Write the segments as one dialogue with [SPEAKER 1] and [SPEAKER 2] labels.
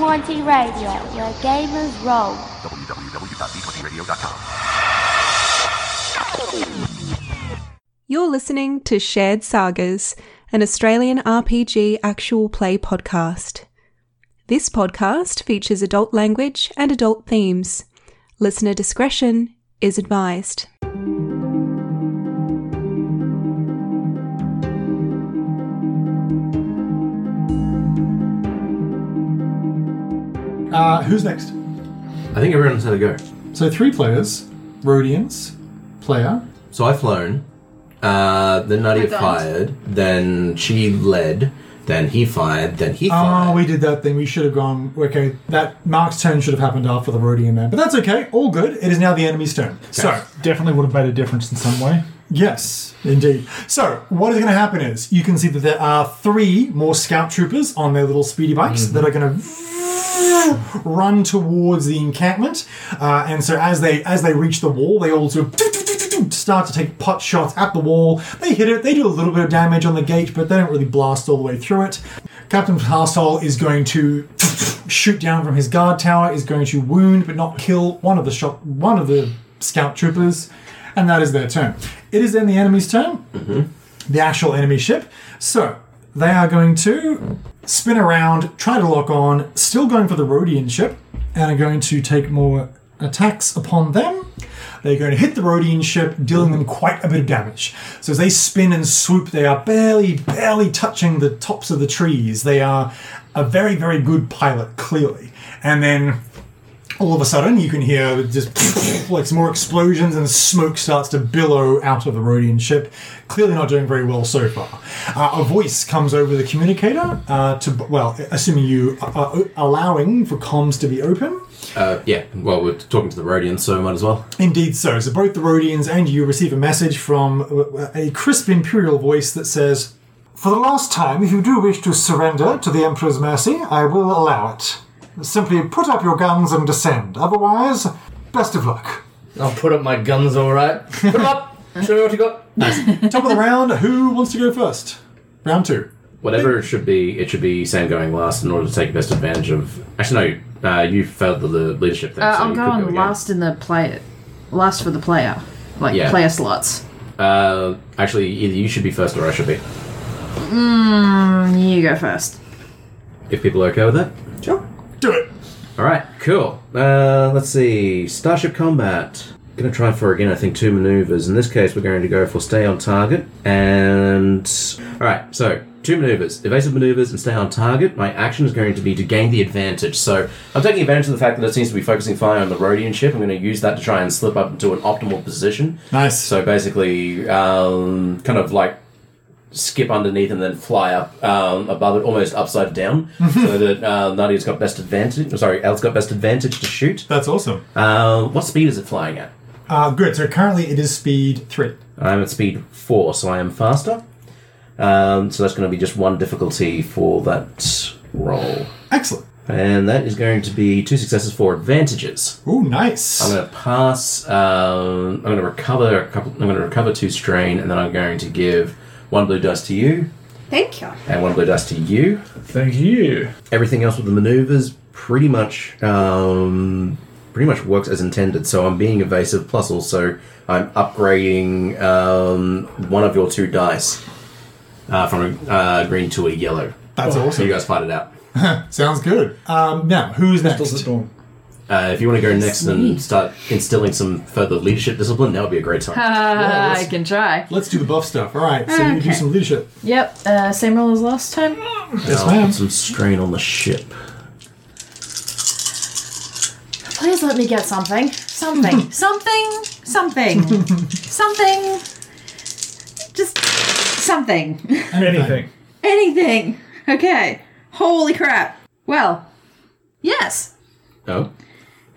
[SPEAKER 1] Radio, where gamers roll.
[SPEAKER 2] You're listening to Shared Sagas, an Australian RPG actual play podcast. This podcast features adult language and adult themes. Listener discretion is advised.
[SPEAKER 3] Uh, who's next?
[SPEAKER 4] I think everyone's had a go.
[SPEAKER 3] So three players, Rhodians, player.
[SPEAKER 4] So I flown. Uh, then Nadia fired. Then she led. Then he fired. Then he fired.
[SPEAKER 3] Oh, we did that thing. We should have gone. Okay, that Mark's turn should have happened after the Rhodian man, but that's okay. All good. It is now the enemy's turn. So
[SPEAKER 5] definitely would have made a difference in some way.
[SPEAKER 3] yes, indeed. So what is going to happen is you can see that there are three more scout troopers on their little speedy bikes
[SPEAKER 5] Mm-hmm.
[SPEAKER 3] that are going to run towards the encampment, uh, and so as they as they reach the wall, they all sort of start to take pot shots at the wall. They hit it. They do a little bit of damage on the gate, but they don't really blast all the way through it. Captain Tarsol is going to shoot down from his guard tower. Is going to wound but not kill one of the shot one of the scout troopers, and that is their turn. It is then the enemy's turn. The actual enemy ship. So they are going to spin around, try to lock on, still going for the Rhodian ship, and are going to take more attacks upon them. They're going to hit the Rhodian ship, dealing them quite a bit of damage. So as they spin and swoop, they are barely, barely touching the tops of the trees. They are a very, very good pilot, clearly. And then all of a sudden, you can hear just like some more explosions and smoke starts to billow out of the Rhodian ship. Clearly, not doing very well so far. Uh, a voice comes over the communicator uh, to, well, assuming you are allowing for comms to be open.
[SPEAKER 4] Uh, yeah. Well, we're talking to the Rhodians, so might as well.
[SPEAKER 3] Indeed, so. So both the Rhodians and you receive a message from uh, a crisp Imperial voice that says, For the last time, if you do wish to surrender to the Emperor's mercy, I will allow it. Simply put up your guns and descend. Otherwise, best of luck.
[SPEAKER 6] I'll put up my guns, all right. Put 'em up. Show me what you got.
[SPEAKER 3] Top of the round, who wants to go first? Round two.
[SPEAKER 4] Whatever it should be, it should be Sam going last in order to take best advantage of. Actually, no. Uh, you failed the, the leadership thing.
[SPEAKER 7] Uh,
[SPEAKER 4] so
[SPEAKER 7] I'm
[SPEAKER 4] you could
[SPEAKER 7] going
[SPEAKER 4] go again.
[SPEAKER 7] last in the play, last for the player, like
[SPEAKER 4] Yeah.
[SPEAKER 7] player slots.
[SPEAKER 4] Uh, actually, either you should be first or I should be.
[SPEAKER 7] You go first.
[SPEAKER 4] If people are okay with that.
[SPEAKER 3] Sure. Do it.
[SPEAKER 4] All right, cool. Uh, let's see. Starship combat. Going to try for again. I think two maneuvers. In this case, we're going to go for stay on target and. All right, so two maneuvers, evasive maneuvers, and stay on target. My action is going to be to gain the advantage. So I'm taking advantage of the fact that it seems to be focusing fire on the Rhodian ship. I'm going to use that to try and slip up into an optimal position.
[SPEAKER 3] Nice.
[SPEAKER 4] So basically, um, kind of like skip underneath and then fly up um, above it, almost upside down, so that uh, Nadia's got best advantage. oh, Sorry, Al's got best advantage to shoot.
[SPEAKER 3] That's awesome.
[SPEAKER 4] Uh, what speed is it flying at?
[SPEAKER 3] Uh, good. So currently it is speed three.
[SPEAKER 4] I'm at speed four, so I am faster. Um, so that's going to be just one difficulty for that roll,
[SPEAKER 3] Excellent.
[SPEAKER 4] and that is going to be two successes for advantages.
[SPEAKER 3] Ooh, nice.
[SPEAKER 4] I'm going to pass. Um, I'm going to recover a couple. I'm going to recover two strain, and then I'm going to give one blue dice to you
[SPEAKER 7] Thank you.
[SPEAKER 4] and one blue dice to you.
[SPEAKER 5] Thank you.
[SPEAKER 4] everything else with the maneuvers pretty much um, pretty much works as intended. So I'm being evasive, plus also I'm upgrading um, one of your two dice uh, from a uh, green to a yellow.
[SPEAKER 6] Oh,
[SPEAKER 3] That's
[SPEAKER 4] So you
[SPEAKER 3] awesome.
[SPEAKER 4] guys fight it out.
[SPEAKER 3] Sounds good. Um, now, who's
[SPEAKER 5] Does
[SPEAKER 3] next?
[SPEAKER 5] the dawn.
[SPEAKER 4] Uh, if you want to go next and start instilling some further leadership discipline, that would be a great time.
[SPEAKER 5] Uh,
[SPEAKER 3] Yeah,
[SPEAKER 7] I
[SPEAKER 3] let's-
[SPEAKER 7] can try.
[SPEAKER 3] Let's do the buff stuff. All right. So you do
[SPEAKER 7] Okay.
[SPEAKER 3] some leadership.
[SPEAKER 7] Yep. Uh, same roll as last time.
[SPEAKER 3] Yes,
[SPEAKER 4] I'll
[SPEAKER 3] ma'am.
[SPEAKER 4] put some strain on the ship.
[SPEAKER 7] Please let me get something. Something. something. Something. something. Just something.
[SPEAKER 5] Anything.
[SPEAKER 7] Anything. Okay. Holy crap. Well. Yes.
[SPEAKER 4] Oh,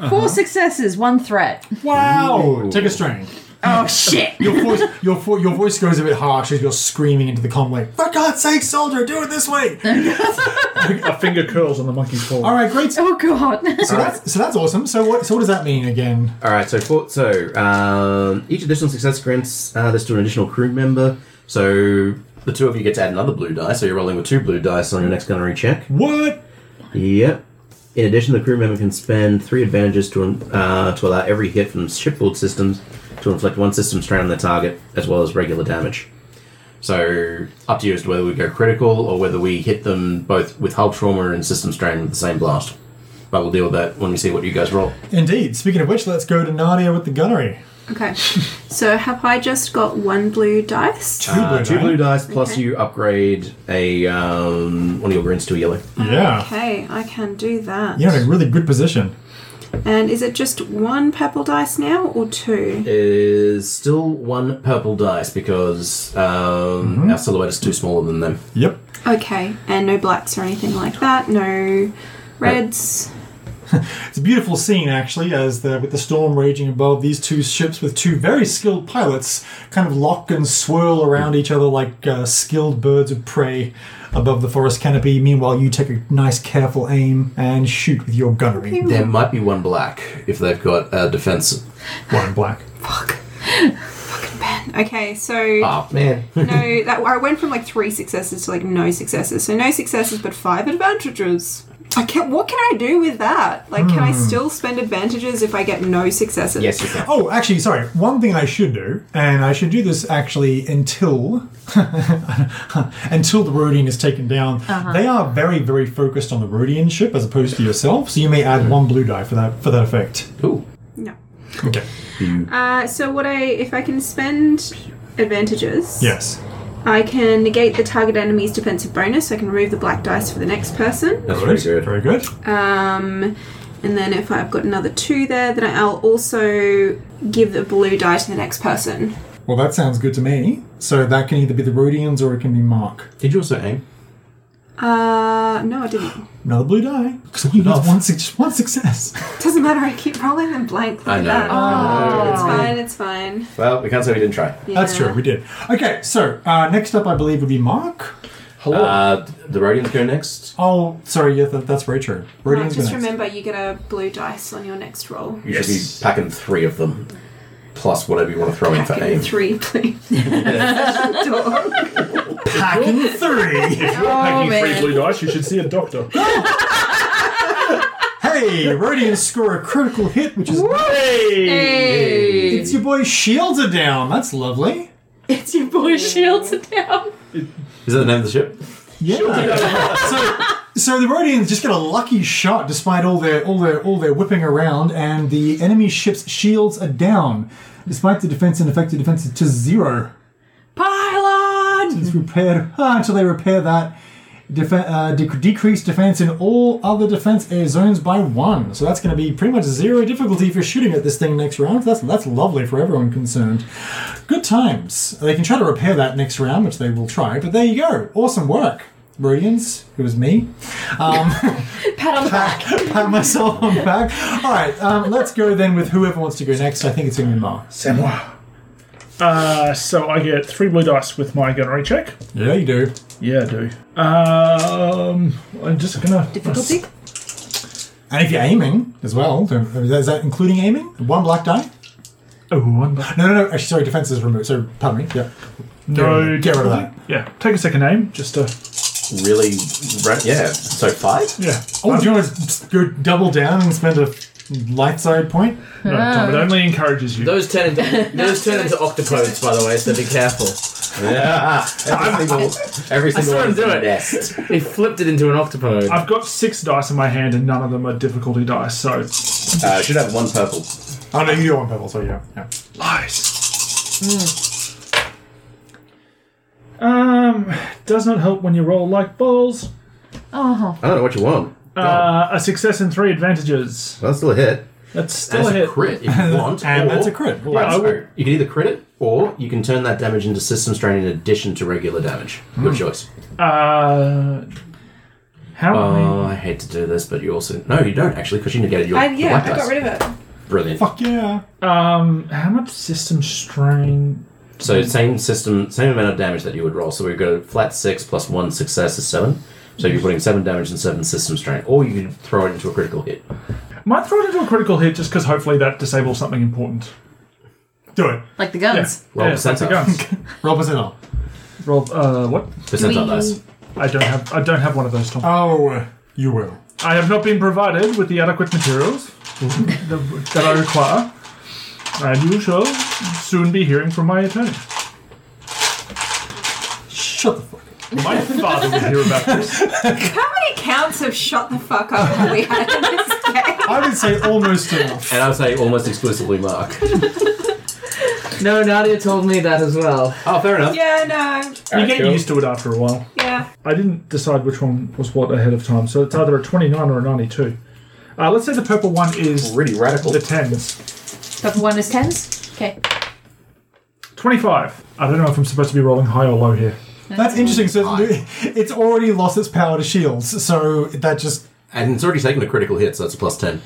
[SPEAKER 7] 4 successes, one threat.
[SPEAKER 3] Wow! Take a strain.
[SPEAKER 7] Oh shit.
[SPEAKER 3] Your voice, your, vo- your voice goes a bit harsh as you're screaming into the comm like, "For God's sake, soldier, do it this way!"
[SPEAKER 5] A finger curls on the monkey's paw.
[SPEAKER 3] All right, great. So
[SPEAKER 7] Oh god.
[SPEAKER 3] that's so that's awesome. So what so what does that mean again?
[SPEAKER 4] All right, so for, so um, each additional success grants uh, this to an additional crew member. So the two of you get to add another blue die. So you're rolling with two blue dice on your next gunnery check.
[SPEAKER 3] What?
[SPEAKER 4] Yep. In addition, the crew member can spend three advantages to uh, to allow every hit from shipboard systems to inflict one system strain on the target, as well as regular damage. So, up to you as to whether we go critical or whether we hit them both with hull trauma and system strain with the same blast. But we'll deal with that when we see what you guys roll.
[SPEAKER 3] Indeed. Speaking of which, let's go to Nadia with the gunnery.
[SPEAKER 2] Okay. so have I just got one blue dice?
[SPEAKER 3] Two
[SPEAKER 4] Uh,
[SPEAKER 3] blue,
[SPEAKER 4] two
[SPEAKER 3] eh?
[SPEAKER 4] blue dice, plus
[SPEAKER 2] Okay.
[SPEAKER 4] you upgrade a um, one of your greens to a yellow.
[SPEAKER 3] Yeah.
[SPEAKER 2] Okay, I can do that.
[SPEAKER 3] You're in a really good position.
[SPEAKER 2] And is it just one purple dice now or two?
[SPEAKER 4] Is still one purple dice because um, our silhouette is too smaller than them.
[SPEAKER 3] Yep.
[SPEAKER 2] Okay. And no blacks or anything like that. No reds.
[SPEAKER 3] It's a beautiful scene, actually, as the, with the storm raging above, these two ships with two very skilled pilots kind of lock and swirl around each other like uh, skilled birds of prey above the forest canopy. Meanwhile, you take a nice, careful aim and shoot with your gunnery.
[SPEAKER 4] There might be one black if they've got a defense.
[SPEAKER 3] One in black.
[SPEAKER 2] Okay, so
[SPEAKER 4] Ah, man.
[SPEAKER 2] no, that I went from like three successes to like no successes. So no successes, but five advantages. I can What can I do with that? Like, can I still spend advantages if I get no successes?
[SPEAKER 4] Hmm. yes, you can.
[SPEAKER 3] Oh, actually, sorry. One thing I should do, and I should do this actually until until the Rhodian is taken down. They are very, very focused on the Rhodian ship as opposed to yourself. So you may add one blue die for that for that effect.
[SPEAKER 4] Cool.
[SPEAKER 2] No.
[SPEAKER 3] Okay.
[SPEAKER 2] Uh, so what I if I can spend advantages?
[SPEAKER 3] Yes.
[SPEAKER 2] I can negate the target enemy's defensive bonus. So I can remove the black dice for the next person.
[SPEAKER 4] That's pretty good.
[SPEAKER 3] Very good.
[SPEAKER 2] Um, and then if I've got another two there, then I'll also give the blue die to the next person.
[SPEAKER 3] Well, that sounds good to me. So that can either be the Rhodians or it can be Mark.
[SPEAKER 4] Did you also aim?
[SPEAKER 2] Uh, no, I didn't.
[SPEAKER 3] Another blue die. Because all you need is one, suc- just one success.
[SPEAKER 2] Doesn't matter. I keep rolling them blank.
[SPEAKER 4] I
[SPEAKER 2] like
[SPEAKER 4] know.
[SPEAKER 2] that.
[SPEAKER 4] I know.
[SPEAKER 2] It's fine. It's fine.
[SPEAKER 4] Well, we can't say we didn't try.
[SPEAKER 3] That's
[SPEAKER 2] Yeah.
[SPEAKER 3] true. We did. Okay. So uh, next up, I believe, would be Mark.
[SPEAKER 5] Hello.
[SPEAKER 4] Uh, the Rodians go next.
[SPEAKER 3] Oh, sorry. Yeah, that, that's very true.
[SPEAKER 2] Right,
[SPEAKER 3] Rhodians. go
[SPEAKER 2] just
[SPEAKER 3] next.
[SPEAKER 2] remember, you get a blue dice on your next roll.
[SPEAKER 4] You
[SPEAKER 5] Yes.
[SPEAKER 4] should be packing three of them, plus whatever you want to throw in for
[SPEAKER 2] Give me
[SPEAKER 4] aim.
[SPEAKER 2] three, please. Dog.
[SPEAKER 3] Packing three.
[SPEAKER 5] if you're making
[SPEAKER 7] man.
[SPEAKER 5] three blue dice, you should see a doctor.
[SPEAKER 3] Hey, Rodians score a critical hit, which is
[SPEAKER 2] Hey.
[SPEAKER 3] it's your boy Shields are down. That's lovely.
[SPEAKER 7] It's your boy shields it down.
[SPEAKER 4] Is that the name of the ship?
[SPEAKER 3] Yeah. so, so the Rodians just get a lucky shot despite all their all their all their whipping around, and the enemy ship's shields are down, despite the defense and effective defense is to zero.
[SPEAKER 7] Pylon!
[SPEAKER 3] It's repaired ah, until they repair that. Def- uh, dec decrease defense in all other defense air zones by one, so that's going to be pretty much zero difficulty for shooting at this thing next round. That's that's lovely for everyone concerned. Good times. They can try to repair that next round, which they will try. But there you go. Awesome work, Meridians. It was me. Um,
[SPEAKER 7] Pat on the back.
[SPEAKER 3] pat myself on the back. All right, um, let's go then with whoever wants to go next. I think it's going to be Mark.
[SPEAKER 5] C'est moi. Uh, so I get three blue dice with my gunnery check.
[SPEAKER 3] Yeah, you do.
[SPEAKER 5] Yeah, I do. Um, I'm just gonna
[SPEAKER 7] Difficulty?
[SPEAKER 3] And if you're aiming as well, don't- is that including aiming? One black die.
[SPEAKER 5] Oh, one bu-
[SPEAKER 3] No, no, no. Actually, sorry, defense is removed. So, pardon me. Yeah.
[SPEAKER 5] No,
[SPEAKER 3] Get rid of that.
[SPEAKER 5] Yeah, take a second aim just to
[SPEAKER 4] Really? Ra- yeah. So five?
[SPEAKER 5] yeah.
[SPEAKER 3] Oh, do you want to go double down and spend a light side point?
[SPEAKER 5] No, Tom, it only encourages you.
[SPEAKER 6] Those turn into those turn into octopodes, by the way. So be careful.
[SPEAKER 4] Yeah. Every single, every single
[SPEAKER 6] saw him
[SPEAKER 4] one's
[SPEAKER 6] do
[SPEAKER 4] in a
[SPEAKER 6] it.
[SPEAKER 4] nest.
[SPEAKER 6] He flipped it into an octopode.
[SPEAKER 5] I've got six dice in my hand and none of them are difficulty dice. So
[SPEAKER 4] Uh, should have one purple.
[SPEAKER 3] Oh no, you do one pebble. So yeah, yeah.
[SPEAKER 5] lies. Um, does not help when you roll like balls.
[SPEAKER 4] I don't know what you want.
[SPEAKER 5] Uh, a success and three advantages.
[SPEAKER 4] Well, that's still a hit.
[SPEAKER 5] That's still
[SPEAKER 4] That's
[SPEAKER 5] a
[SPEAKER 4] a
[SPEAKER 5] hit.
[SPEAKER 4] crit if you want.
[SPEAKER 3] And
[SPEAKER 4] or-
[SPEAKER 3] that's a crit.
[SPEAKER 5] Yeah, I
[SPEAKER 4] So
[SPEAKER 5] would-
[SPEAKER 4] you can either crit it or you can turn that damage into system strain in addition to regular damage. Your choice.
[SPEAKER 5] Uh, how?
[SPEAKER 4] Oh, I hate to do this, but you also no, you don't actually because you negated your.
[SPEAKER 2] I,
[SPEAKER 4] your
[SPEAKER 2] yeah,
[SPEAKER 4] black
[SPEAKER 2] I got
[SPEAKER 4] dice.
[SPEAKER 2] rid of it.
[SPEAKER 4] Brilliant.
[SPEAKER 3] Fuck yeah.
[SPEAKER 5] Um, how much system strain?
[SPEAKER 4] So same system, same amount of damage that you would roll. So we've got a flat six plus one success is seven. So you're putting seven damage and seven system strain, or you could throw it into a critical hit.
[SPEAKER 5] Might throw it into a critical hit just because hopefully that disables something important.
[SPEAKER 3] Do it.
[SPEAKER 7] Like the
[SPEAKER 5] Yeah,
[SPEAKER 7] guns.
[SPEAKER 4] Roll
[SPEAKER 5] yeah, that's a
[SPEAKER 4] percentile.
[SPEAKER 5] guns.
[SPEAKER 3] Roll percentile.
[SPEAKER 5] Roll. Uh, what?
[SPEAKER 4] Percentile dice.
[SPEAKER 5] I don't have. I don't have one of those. Tom.
[SPEAKER 3] Oh, you will.
[SPEAKER 5] I have not been provided with the adequate materials that that I require, and you shall soon be hearing from my attorney.
[SPEAKER 3] Shut the fuck up.
[SPEAKER 5] My father will hear about this.
[SPEAKER 8] How many counts of shut the fuck up have we had in this game?
[SPEAKER 3] I would say almost enough.
[SPEAKER 6] And I would say almost exclusively Mark.
[SPEAKER 7] No, Nadia told me that as well.
[SPEAKER 6] Oh, fair enough.
[SPEAKER 8] Yeah, no.
[SPEAKER 5] You
[SPEAKER 9] Alright,
[SPEAKER 5] get
[SPEAKER 9] cool.
[SPEAKER 5] used to it after a while.
[SPEAKER 8] Yeah.
[SPEAKER 5] I didn't decide which one was what ahead of time, so it's either a 29 or a 92. Uh, let's say the purple one is
[SPEAKER 9] Really radical.
[SPEAKER 5] the 10s.
[SPEAKER 8] Purple one is tens. Okay.
[SPEAKER 5] 25. I don't know if I'm supposed to be rolling high or low here.
[SPEAKER 3] That's interesting. So it's already lost its power to shields, so that just
[SPEAKER 6] And it's already taken a critical hit, so that's a plus 10.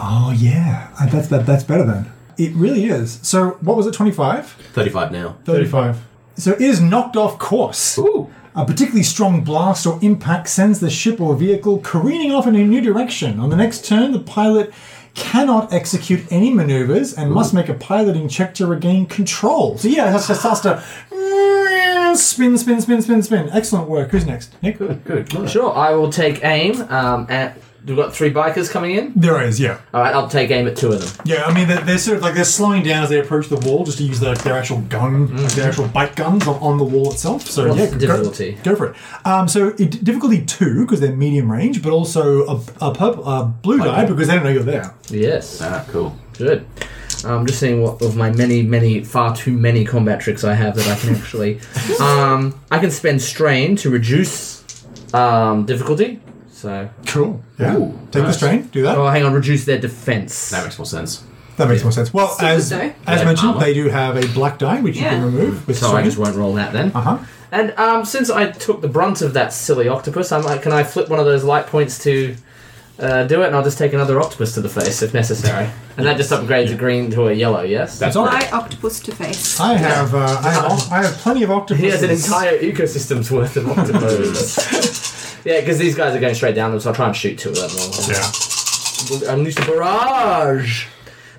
[SPEAKER 3] oh yeah, Uh, that's that, that's better then. It really is. So what was it? Twenty five.
[SPEAKER 6] 35 now.
[SPEAKER 3] 35. So it is knocked off course.
[SPEAKER 6] Ooh.
[SPEAKER 3] A particularly strong blast or impact sends the ship or vehicle careening off in a new direction. On the next turn, the pilot cannot execute any maneuvers and must make a piloting check to regain control. So yeah, it has to- starts to spin, spin, spin, spin, spin. Excellent work. Who's next? Nick?
[SPEAKER 6] Good, good. Nice.
[SPEAKER 7] Sure.
[SPEAKER 6] Sure.
[SPEAKER 7] I will take aim.
[SPEAKER 6] Aim um, at. We've got three bikers coming in.
[SPEAKER 3] There is, yeah.
[SPEAKER 6] Alright, I'll take aim at two of them.
[SPEAKER 3] Yeah, I mean, they're, they're sort of like they're slowing down as they approach the wall just to use their, their actual gun, like their actual bike guns on, on the wall itself. So,
[SPEAKER 6] What's
[SPEAKER 3] yeah,
[SPEAKER 6] the
[SPEAKER 3] go-
[SPEAKER 6] Mm-hmm. difficulty?
[SPEAKER 3] Go, for it. Um, so, it, difficulty two, because they're medium range, but also a, a, purple, a blue die because they don't know you're there.
[SPEAKER 6] Yes.
[SPEAKER 4] Ah, cool.
[SPEAKER 6] Good. I'm just seeing what of my many, many, far too many combat tricks I have that I can actually. um, I can spend strain to reduce um, difficulty. So,
[SPEAKER 3] Cool. Yeah.
[SPEAKER 4] Ooh,
[SPEAKER 3] Take the strain, do that.
[SPEAKER 6] oh, hang on, reduce their defense.
[SPEAKER 4] That makes more sense.
[SPEAKER 3] That makes more sense. Well,
[SPEAKER 8] Super
[SPEAKER 3] as,
[SPEAKER 8] die.
[SPEAKER 3] as
[SPEAKER 6] Yeah,
[SPEAKER 3] mentioned,
[SPEAKER 6] armor.
[SPEAKER 3] they do have a black die, which you
[SPEAKER 8] Yeah.
[SPEAKER 3] can remove with
[SPEAKER 6] so I just won't roll that then.
[SPEAKER 3] Uh huh.
[SPEAKER 6] And um, since I took the brunt of that silly octopus, I'm like, can I flip one of those light points to uh, do it, and I'll just take another octopus to the face if necessary. And that just upgrades a green to a yellow. Yes.
[SPEAKER 9] That's all.
[SPEAKER 8] Fly octopus to face.
[SPEAKER 3] I have, uh, I have I have plenty of octopus.
[SPEAKER 6] He has an entire ecosystem's worth of octopus. yeah, because these guys are going straight down them, so I'll try and shoot two of them.
[SPEAKER 3] Yeah.
[SPEAKER 6] We'll Unleash the barrage.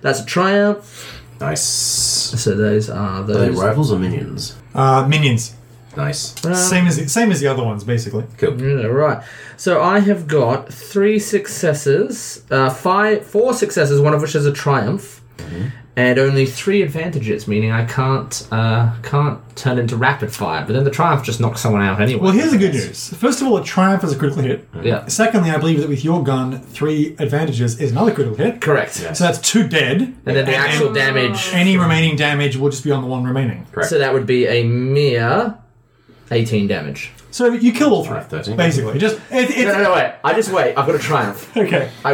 [SPEAKER 6] That's a triumph.
[SPEAKER 4] Nice.
[SPEAKER 6] So those are
[SPEAKER 4] Are they
[SPEAKER 6] those.
[SPEAKER 4] rivals or minions?
[SPEAKER 3] Uh, minions.
[SPEAKER 4] Nice.
[SPEAKER 8] Um,
[SPEAKER 3] Same as the, same as the other ones, basically.
[SPEAKER 4] Cool.
[SPEAKER 6] Yeah, right. So I have got three successes, uh, five, four successes, one of which is a triumph,
[SPEAKER 3] Mm-hmm.
[SPEAKER 6] and only three advantages, meaning I can't uh, can't turn into rapid fire. But then the triumph just knocks someone out anyway.
[SPEAKER 3] Well, here's the good news. First of all, a triumph is a critical hit.
[SPEAKER 6] Yeah.
[SPEAKER 3] Secondly, I believe that with your gun, three advantages is another critical hit.
[SPEAKER 6] Correct.
[SPEAKER 3] So that's two dead.
[SPEAKER 6] And then the actual damage.
[SPEAKER 3] Any remaining damage will just be on the one remaining.
[SPEAKER 4] Correct.
[SPEAKER 6] So that would be a mere 18 damage.
[SPEAKER 3] So you kill all three,
[SPEAKER 4] Alright, 13.
[SPEAKER 3] basically. Just it, it's
[SPEAKER 6] No, no, no, wait. I just wait. I've got a triumph.
[SPEAKER 3] okay.
[SPEAKER 6] I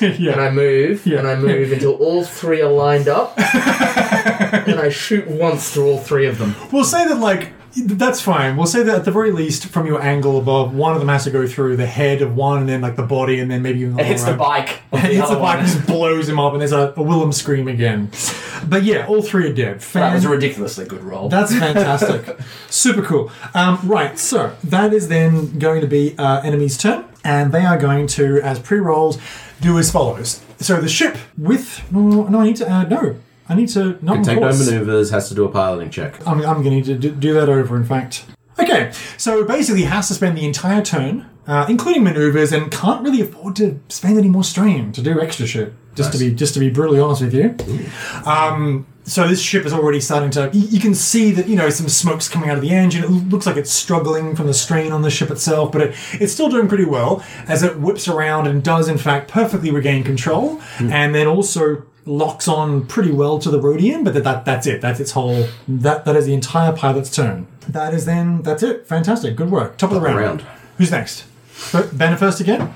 [SPEAKER 3] Yeah.
[SPEAKER 6] and I move,
[SPEAKER 3] Yeah.
[SPEAKER 6] and I move until all three are lined up, and I shoot once through all three of them.
[SPEAKER 3] We'll say that like that's fine. We'll say that at the very least, from your angle above, one of them has to go through the head of one, and then like the body, and then maybe even the
[SPEAKER 6] It hits
[SPEAKER 3] lower
[SPEAKER 6] the
[SPEAKER 3] arm.
[SPEAKER 6] bike. of
[SPEAKER 3] It hits the
[SPEAKER 6] other
[SPEAKER 3] bike,
[SPEAKER 6] one.
[SPEAKER 3] and just blows him up, and there's a, a Willem scream again. But yeah, all three are dead.
[SPEAKER 6] That was a
[SPEAKER 3] Fan-
[SPEAKER 6] ridiculously good roll.
[SPEAKER 3] That's fantastic. Super cool. Um, right, so that is then going to be uh, enemy's turn, and they are going to, as pre rolls, do as follows. So the ship with. No, no, I need to. Uh, no, I need to. Not
[SPEAKER 4] Can
[SPEAKER 3] on
[SPEAKER 4] take no
[SPEAKER 3] course.
[SPEAKER 4] maneuvers, has to do a piloting check.
[SPEAKER 3] I'm, I'm going to need to do, do that over, in fact. Okay, so basically has to spend the entire turn, uh, including maneuvers, and can't really afford to spend any more strain to do extra shit. Just to be just to be brutally honest with you, um, so this ship is already starting to. You, you can see that you know some smoke's coming out of the engine. It l- looks like it's struggling from the strain on the ship itself, but it, it's still doing pretty well as it whips around and does in fact perfectly regain control,
[SPEAKER 4] Hmm.
[SPEAKER 3] and then also locks on pretty well to the Rhodian, but that, that that's it. That's its whole. That that is the entire pilot's turn. That is then. That's it. Fantastic. Good work. Top of the
[SPEAKER 4] Top of
[SPEAKER 3] round.
[SPEAKER 4] the round.
[SPEAKER 3] Who's next? Fir- Banner first again.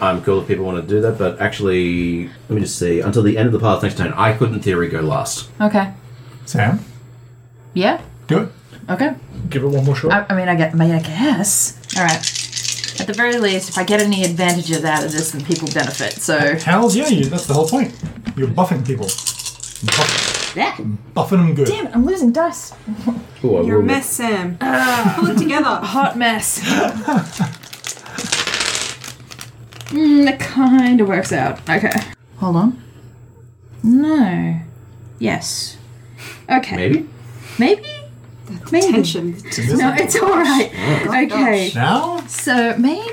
[SPEAKER 4] I'm cool if people want to do that, but actually, let me just see. Until the end of the path next turn, I could in theory go last.
[SPEAKER 7] Okay.
[SPEAKER 3] Sam,
[SPEAKER 7] Yeah.
[SPEAKER 3] do it.
[SPEAKER 7] Okay.
[SPEAKER 5] Give it one more shot.
[SPEAKER 7] I, I mean, I get. I mean, I guess. All right. At the very least, if I get any advantages out of this, then people benefit. So
[SPEAKER 3] Howls, yeah, you, that's the whole point. You're buffing people. Buff,
[SPEAKER 7] yeah.
[SPEAKER 3] buffing them good.
[SPEAKER 7] Damn it! I'm losing dice.
[SPEAKER 4] Ooh, I
[SPEAKER 8] You're a
[SPEAKER 4] will-
[SPEAKER 8] mess, Sam.
[SPEAKER 7] Ah.
[SPEAKER 8] Pull it together.
[SPEAKER 7] Hot mess. mm, that kind of works out. Okay. Hold on. No. Yes. Okay.
[SPEAKER 4] Maybe?
[SPEAKER 7] Maybe. Maybe.
[SPEAKER 8] Tension.
[SPEAKER 3] Is this-
[SPEAKER 7] No, it's all right. Okay.
[SPEAKER 3] Now?
[SPEAKER 7] So maybe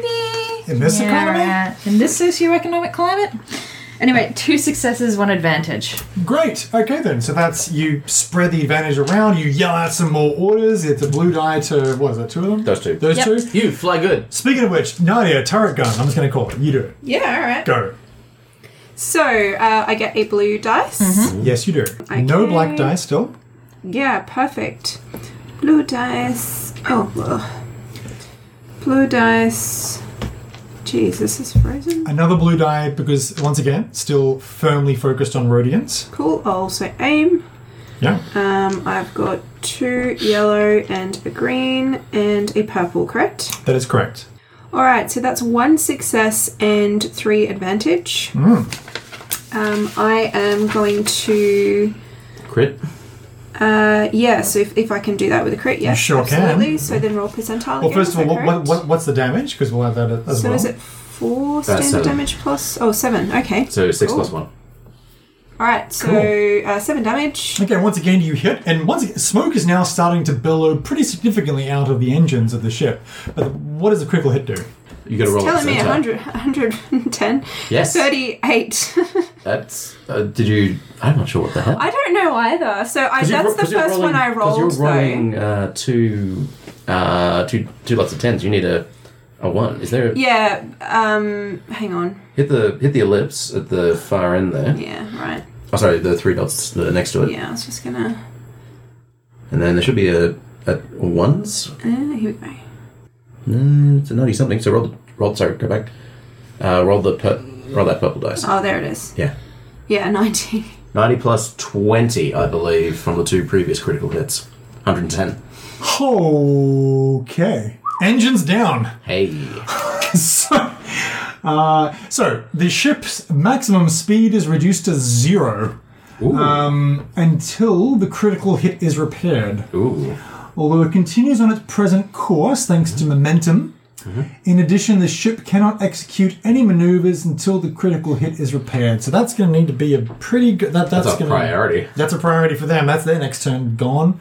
[SPEAKER 3] in this economy?
[SPEAKER 7] right. In this socioeconomic climate? Anyway, two successes, one advantage.
[SPEAKER 3] Great. Okay then. So that's you spread the advantage around. You yell out some more orders. It's a blue die to what is it? Two of them.
[SPEAKER 4] Those two.
[SPEAKER 3] Those
[SPEAKER 7] Yep.
[SPEAKER 3] two.
[SPEAKER 6] You fly good.
[SPEAKER 3] Speaking of which, Nadia, turret gun. I'm just going to call it. You do it.
[SPEAKER 8] Yeah, all right.
[SPEAKER 3] Go.
[SPEAKER 8] So uh, I get a blue dice.
[SPEAKER 7] Mm-hmm.
[SPEAKER 3] Yes, you do. No black die still.
[SPEAKER 8] Yeah, perfect. Blue dice. Oh, ugh. blue dice. Jeez, this is frozen.
[SPEAKER 3] Another blue die because once again, still firmly focused on Rhodians.
[SPEAKER 8] Cool. I'll also aim.
[SPEAKER 3] Yeah.
[SPEAKER 8] Um, I've got two yellow and a green and a purple, correct?
[SPEAKER 3] That is correct.
[SPEAKER 8] All right, so that's one success and three advantage.
[SPEAKER 3] Mm.
[SPEAKER 8] Um, I am going to,
[SPEAKER 4] Crit.
[SPEAKER 8] uh, yeah. So if, if I can do that with a crit, yes,
[SPEAKER 3] sure can.
[SPEAKER 8] absolutely. So then roll percentile.
[SPEAKER 3] Well,
[SPEAKER 8] again,
[SPEAKER 3] first
[SPEAKER 8] is
[SPEAKER 3] of all,
[SPEAKER 8] that
[SPEAKER 3] what, what,
[SPEAKER 8] correct?
[SPEAKER 3] what, what's the damage? Because we'll have that as
[SPEAKER 8] So
[SPEAKER 3] well.
[SPEAKER 8] is it four standard
[SPEAKER 4] seven.
[SPEAKER 8] damage plus? Oh, seven. Okay.
[SPEAKER 4] So six
[SPEAKER 8] Cool.
[SPEAKER 4] plus one.
[SPEAKER 8] All right, so uh, seven damage.
[SPEAKER 3] Okay, once again, you hit, and once again, smoke is now starting to billow pretty significantly out of the engines of the ship. But what does a critical hit do?
[SPEAKER 4] You got to roll
[SPEAKER 8] Telling
[SPEAKER 4] at
[SPEAKER 8] me
[SPEAKER 4] the same time.
[SPEAKER 8] 100, 110.
[SPEAKER 4] Yes.
[SPEAKER 8] 38.
[SPEAKER 4] That's. Uh, did you? I'm not sure what the hell.
[SPEAKER 8] I don't know either. So I,
[SPEAKER 4] 'Cause you're
[SPEAKER 8] that's
[SPEAKER 4] ro-
[SPEAKER 8] the
[SPEAKER 4] 'cause you're
[SPEAKER 8] first
[SPEAKER 4] rolling-
[SPEAKER 8] one I
[SPEAKER 4] 'cause
[SPEAKER 8] rolled,
[SPEAKER 4] You're
[SPEAKER 8] though.
[SPEAKER 4] rolling uh, two, uh, two, two lots of tens. You need a, a one. Is there?
[SPEAKER 8] Yeah, um, hang on.
[SPEAKER 4] Hit the hit the ellipse at the far end there.
[SPEAKER 8] Yeah, right.
[SPEAKER 4] Oh, sorry, the three dots that are next to it,
[SPEAKER 8] Yeah, I was just gonna.
[SPEAKER 4] and then there should be a, a ones.
[SPEAKER 8] Uh, here we go.
[SPEAKER 4] No, it's a ninety something. So roll the roll. Sorry, go back. Uh, roll the per, roll that purple dice.
[SPEAKER 8] Oh, there it is.
[SPEAKER 4] Yeah,
[SPEAKER 8] Yeah, 19.
[SPEAKER 4] ninety plus twenty, I believe, from the two previous critical hits. Hundred and ten.
[SPEAKER 3] Okay. Engines down.
[SPEAKER 4] Hey,
[SPEAKER 3] so, uh, so the ship's maximum speed is reduced to zero
[SPEAKER 4] ooh,
[SPEAKER 3] um, until the critical hit is repaired.
[SPEAKER 4] ooh,
[SPEAKER 3] Although it continues on its present course thanks to momentum.
[SPEAKER 4] Mm-hmm.
[SPEAKER 3] In addition, the ship cannot execute any maneuvers until the critical hit is repaired. So that's going to need to be a pretty good. That, that's
[SPEAKER 4] that's a
[SPEAKER 3] gonna,
[SPEAKER 4] priority.
[SPEAKER 3] That's a priority for them. That's their next turn gone.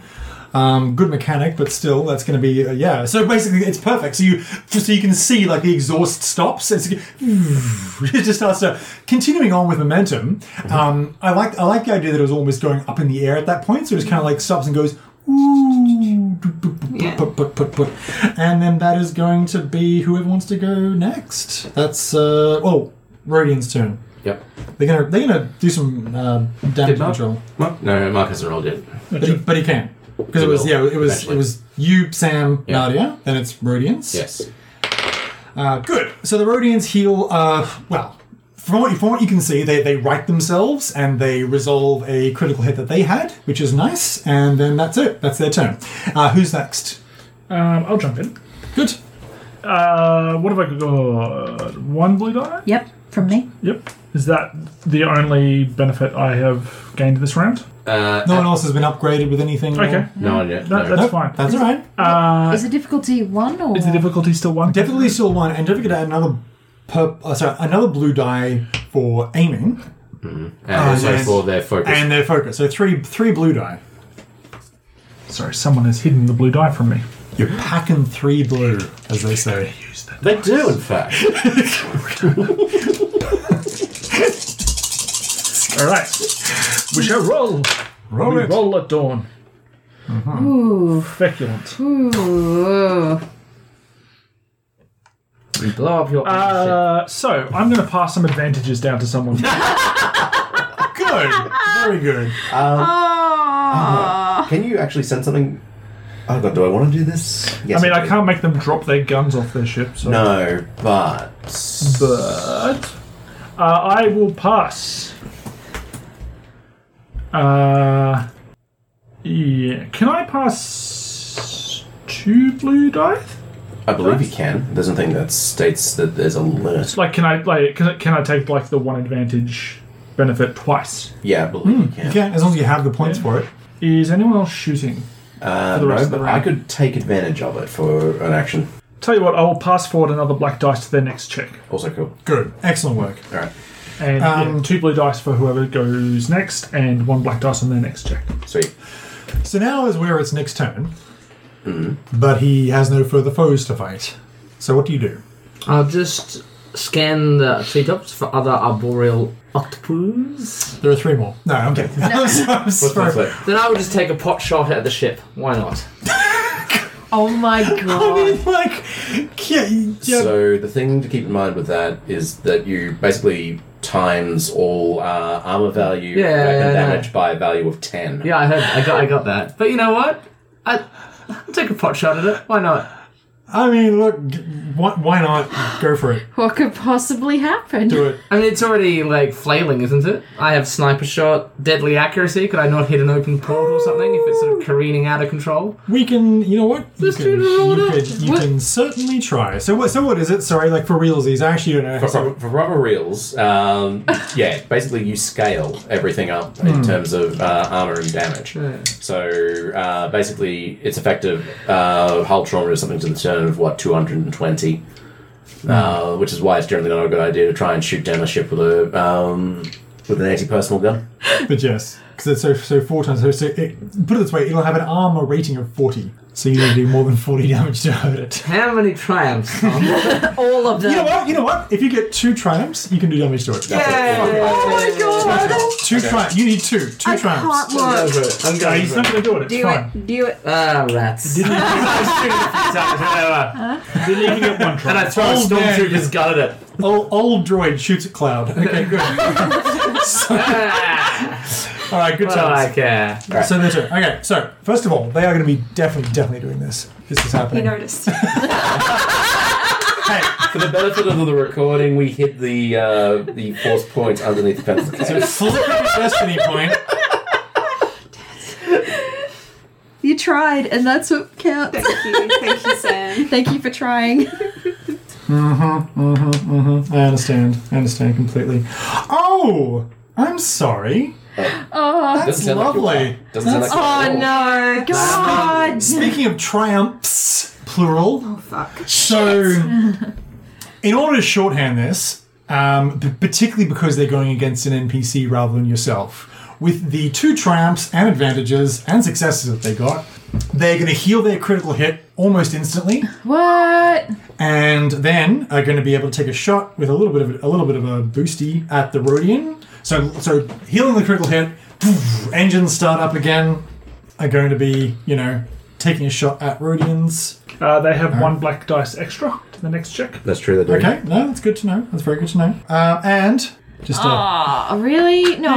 [SPEAKER 3] Um, good mechanic, but still, that's going to be uh, yeah. So basically, it's perfect. So you so you can see like the exhaust stops. It's, it just starts to continuing on with momentum.
[SPEAKER 4] Mm-hmm.
[SPEAKER 3] Um, I like I like the idea that it was almost going up in the air at that point. So it just kind of like stops and goes. Ooh, put,
[SPEAKER 8] Yeah.
[SPEAKER 3] put, put, put, put. And then that is going to be whoever wants to go next. That's uh oh, Rodian's turn.
[SPEAKER 4] Yep.
[SPEAKER 3] They're gonna they're gonna do some uh, damage
[SPEAKER 4] Did Mark?
[SPEAKER 3] control.
[SPEAKER 4] Mark? No, Mark hasn't rolled yet.
[SPEAKER 3] But he, but he can. Because it
[SPEAKER 4] He
[SPEAKER 3] was
[SPEAKER 4] will,
[SPEAKER 3] yeah, it was
[SPEAKER 4] eventually.
[SPEAKER 3] it was you, Sam,
[SPEAKER 4] Yeah.
[SPEAKER 3] Nadia, then it's Rhodians.
[SPEAKER 4] Yes.
[SPEAKER 3] Uh, good. So the Rhodians heal uh well. From what, from what you can see, they, they right themselves and they resolve a critical hit that they had, which is nice, and then that's it. That's their turn. Uh, who's next?
[SPEAKER 5] Um, I'll jump in.
[SPEAKER 3] Good.
[SPEAKER 5] Uh, what have I got? One blue die?
[SPEAKER 7] Yep, from me.
[SPEAKER 5] Yep. Is that the only benefit I have gained this round?
[SPEAKER 4] Uh,
[SPEAKER 3] No one else has been upgraded with anything. or-
[SPEAKER 5] Okay.
[SPEAKER 4] no one yet.
[SPEAKER 5] That,
[SPEAKER 4] no.
[SPEAKER 5] That's
[SPEAKER 3] Nope,
[SPEAKER 5] fine.
[SPEAKER 3] That's all right.
[SPEAKER 5] Uh,
[SPEAKER 7] Is the difficulty one or
[SPEAKER 5] is the difficulty still one?
[SPEAKER 3] Definitely still one, and don't forget to add another purp uh, sorry, another blue die for aiming
[SPEAKER 4] And also
[SPEAKER 3] yes.
[SPEAKER 4] for their focus.
[SPEAKER 3] and their focus. So three three blue die.
[SPEAKER 5] Sorry, someone has hidden the blue die from me.
[SPEAKER 3] You're packing three blue, as they say.
[SPEAKER 4] they do, in fact.
[SPEAKER 5] All right. We shall roll.
[SPEAKER 3] Roll
[SPEAKER 5] we
[SPEAKER 3] it.
[SPEAKER 5] roll at dawn.
[SPEAKER 7] Ooh.
[SPEAKER 5] Feculent.
[SPEAKER 7] Ooh.
[SPEAKER 6] You blow up your.
[SPEAKER 5] Uh, so I'm going to pass some advantages down to someone.
[SPEAKER 3] Good. Very good.
[SPEAKER 4] Can you actually send something? Oh god, do I want to do this? Yes.
[SPEAKER 5] I mean, I
[SPEAKER 4] do.
[SPEAKER 5] can't make them drop their guns off their ship. So.
[SPEAKER 4] No, but
[SPEAKER 5] But uh, I will pass. Uh, yeah. Can I pass two blue dice?
[SPEAKER 4] I believe you can. There's nothing that states that there's a limit.
[SPEAKER 5] Like, can I like can I, can I take like the one advantage benefit twice?
[SPEAKER 4] Yeah, I believe you can.
[SPEAKER 3] Yeah, as long as you have the points for it.
[SPEAKER 5] Is anyone else shooting?
[SPEAKER 4] Uh,
[SPEAKER 5] the rest
[SPEAKER 4] no,
[SPEAKER 5] of the
[SPEAKER 4] but I
[SPEAKER 5] round.
[SPEAKER 4] could take advantage of it for an action.
[SPEAKER 5] Tell you what, I will pass forward another black dice to their next check,
[SPEAKER 4] Also cool.
[SPEAKER 3] Good. Excellent work.
[SPEAKER 4] All right.
[SPEAKER 5] and
[SPEAKER 3] Um,
[SPEAKER 5] yeah, two blue dice for whoever goes next, and one black dice on their next check.
[SPEAKER 4] Sweet.
[SPEAKER 3] So now is where it's
[SPEAKER 4] Mm-hmm.
[SPEAKER 3] next turn. But he has no further foes to fight. So what do you do?
[SPEAKER 6] I'll just scan the treetops for other arboreal octopus.
[SPEAKER 3] There are three more. No, I'm kidding. I'm so- I'm sorry.
[SPEAKER 4] That's it.
[SPEAKER 6] Then I will just take a pot shot at the ship. Why not?
[SPEAKER 7] Oh my
[SPEAKER 3] I
[SPEAKER 7] god.
[SPEAKER 3] mean, like, yeah, yeah.
[SPEAKER 4] So the thing to keep in mind with that is that you basically times all uh, armor value
[SPEAKER 6] Yeah, yeah,
[SPEAKER 4] weapon
[SPEAKER 6] yeah, yeah.
[SPEAKER 4] damage by a value of ten.
[SPEAKER 6] Yeah, I heard. I got. I got that. But you know what? I I'll take a pot shot at it. Why not?
[SPEAKER 3] I mean, look, g- why, why not go for it?
[SPEAKER 7] What could possibly happen?
[SPEAKER 3] Do it.
[SPEAKER 6] I mean, it's already like flailing, isn't it? I have sniper shot, deadly accuracy. Could I not hit an open port or something if it's sort of careening out of control?
[SPEAKER 3] We can, you know what? You
[SPEAKER 6] Let's
[SPEAKER 3] can,
[SPEAKER 6] do it all
[SPEAKER 3] you
[SPEAKER 6] up.
[SPEAKER 3] could, you
[SPEAKER 6] What?
[SPEAKER 3] can certainly try. So what? So what is it? Sorry, like for realsies, I actually don't know.
[SPEAKER 4] For,
[SPEAKER 3] So-
[SPEAKER 4] for, for rubber reels, um, yeah, basically you scale everything up
[SPEAKER 6] Hmm.
[SPEAKER 4] in terms of uh, armor and damage. So uh, basically, it's effective uh, hull trauma is something to the turn of what two hundred and twenty,
[SPEAKER 6] Hmm.
[SPEAKER 4] uh, which is why it's generally not a good idea to try and shoot down a ship with a um, with an anti-personal gun.
[SPEAKER 3] But yes, because it's so so four times. So, so it, put it this way, it'll have an armor rating of forty. So you need to do more than forty damage to hurt it.
[SPEAKER 6] How many triumphs? Tom?
[SPEAKER 7] All of
[SPEAKER 3] You
[SPEAKER 7] them.
[SPEAKER 8] Um,
[SPEAKER 3] know what? You know what? If you get two triumphs, you can do damage to it.
[SPEAKER 6] Yeah.
[SPEAKER 7] my god.
[SPEAKER 3] Two triumphs. You need two. Two
[SPEAKER 8] I
[SPEAKER 3] triumphs.
[SPEAKER 8] can't look.
[SPEAKER 6] I'm
[SPEAKER 5] No,
[SPEAKER 6] going.
[SPEAKER 5] he's not
[SPEAKER 6] for it.
[SPEAKER 5] going to do it. It's
[SPEAKER 8] Do
[SPEAKER 5] fine.
[SPEAKER 8] it. Do it.
[SPEAKER 6] Ah, rats.
[SPEAKER 5] Then you can get one try.
[SPEAKER 6] And I throw a
[SPEAKER 3] Oh, man.
[SPEAKER 6] stormtrooper's gun at it.
[SPEAKER 3] Old, old droid shoots at cloud. Okay, good. so,
[SPEAKER 6] Ah,
[SPEAKER 3] all right, good
[SPEAKER 6] what
[SPEAKER 3] times.
[SPEAKER 6] I care.
[SPEAKER 3] So they're doing. Okay, so first of all, they are going to be definitely, definitely doing this. This is
[SPEAKER 8] You
[SPEAKER 3] happening.
[SPEAKER 8] noticed.
[SPEAKER 3] Hey,
[SPEAKER 4] For the benefit of the recording, we hit the uh, the force points underneath the pencil
[SPEAKER 3] so flipping destiny point.
[SPEAKER 7] You tried, and that's what counts.
[SPEAKER 8] Thank you. Thank you, Sam.
[SPEAKER 7] Thank you for trying.
[SPEAKER 3] I understand. I understand completely. Oh, I'm sorry.
[SPEAKER 7] Oh,
[SPEAKER 3] That's lovely.
[SPEAKER 4] Doesn't sound like you at all.
[SPEAKER 7] oh no. God.
[SPEAKER 3] Speaking of triumphs, plural.
[SPEAKER 8] Oh, fuck.
[SPEAKER 3] So, in order to shorthand this, um, p- particularly because they're going against an NPC rather than yourself, with the two triumphs and advantages and successes that they got, they're going to heal their critical hit almost instantly,
[SPEAKER 7] What?
[SPEAKER 3] and then are going to be able to take a shot with a little bit of a, a little bit of a boosty at the Rodian. So, so healing the critical hit, engines start up again. Are going to be you know taking a shot at Rodians.
[SPEAKER 5] Uh, they have one black dice extra to the next check.
[SPEAKER 4] That's true. They do.
[SPEAKER 3] Okay, no, that's good to know. That's very good to know. Uh, and just uh, a.
[SPEAKER 7] Oh, really? No.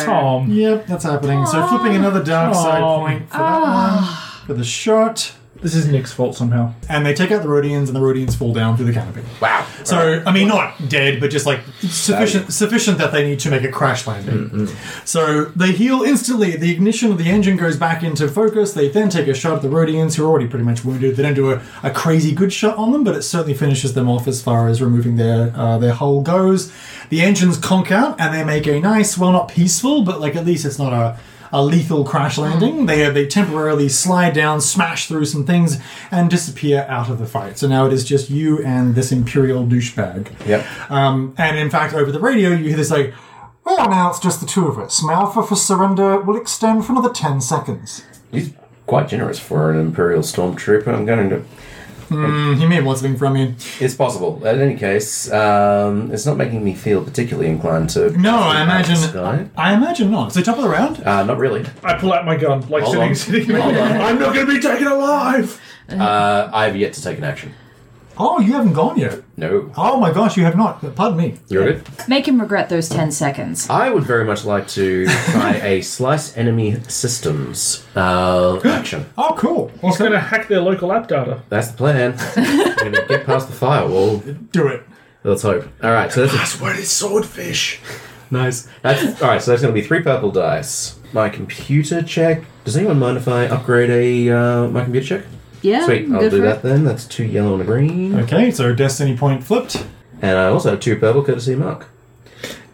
[SPEAKER 5] Tom.
[SPEAKER 3] Yep, that's happening. So flipping another dark side
[SPEAKER 5] Aw.
[SPEAKER 3] point for that one for the shot,
[SPEAKER 5] This is Nick's fault somehow.
[SPEAKER 3] and they take out the Rhodians, and the Rhodians fall down through the canopy.
[SPEAKER 4] Wow.
[SPEAKER 3] So I mean, not dead, but just like sufficient sufficient that they need to make a crash landing. So they heal instantly. The ignition of the engine goes back into focus. They then take a shot at the Rhodians, who are already pretty much wounded. They don't do a, a crazy good shot on them, but it certainly finishes them off as far as removing their uh, their hull goes. The engines conk out, and they make a nice, well, not peaceful, but like at least it's not a a lethal crash landing. They uh, they temporarily slide down, smash through some things, and disappear out of the fight. So now it is just you and this imperial douchebag.
[SPEAKER 4] Yep.
[SPEAKER 3] Um, and in fact, over the radio, you hear this like, "Well, now it's just the two of us. My offer for surrender will extend for another ten seconds."
[SPEAKER 4] He's quite generous for an Imperial stormtrooper. I'm going to.
[SPEAKER 3] Mm, He may want something from you.
[SPEAKER 4] It's possible. In any case, um, it's not making me feel particularly inclined to.
[SPEAKER 3] No, I imagine.
[SPEAKER 4] This guy.
[SPEAKER 3] I imagine not. So top of the round.
[SPEAKER 4] Uh, not really.
[SPEAKER 5] I pull out my gun, like
[SPEAKER 4] Hold
[SPEAKER 5] sitting,
[SPEAKER 4] on.
[SPEAKER 5] sitting. I'm not going to be taken alive.
[SPEAKER 4] Uh, I have yet to take an action.
[SPEAKER 3] Oh, you haven't gone yet.
[SPEAKER 4] No.
[SPEAKER 3] Oh my gosh, you have not. Pardon me.
[SPEAKER 4] You're good.
[SPEAKER 7] Make him regret those 10 seconds.
[SPEAKER 4] I would very much like to try a slice enemy systems uh, action.
[SPEAKER 3] Oh, cool.
[SPEAKER 5] He's going to hack their local app data.
[SPEAKER 4] That's the plan. I'm going to get past the firewall.
[SPEAKER 3] Do it.
[SPEAKER 4] Let's hope. All right. So that's a
[SPEAKER 3] What is swordfish? Nice.
[SPEAKER 4] That's all right. So that's going to be three purple dice. My computer check. Does anyone mind if I upgrade a uh, my computer check?
[SPEAKER 7] Yeah.
[SPEAKER 4] Sweet, I'll
[SPEAKER 7] good
[SPEAKER 4] do
[SPEAKER 7] for
[SPEAKER 4] that then. That's two yellow and a green,
[SPEAKER 3] Okay, so destiny point flipped.
[SPEAKER 4] and I also have two purple courtesy of Mark.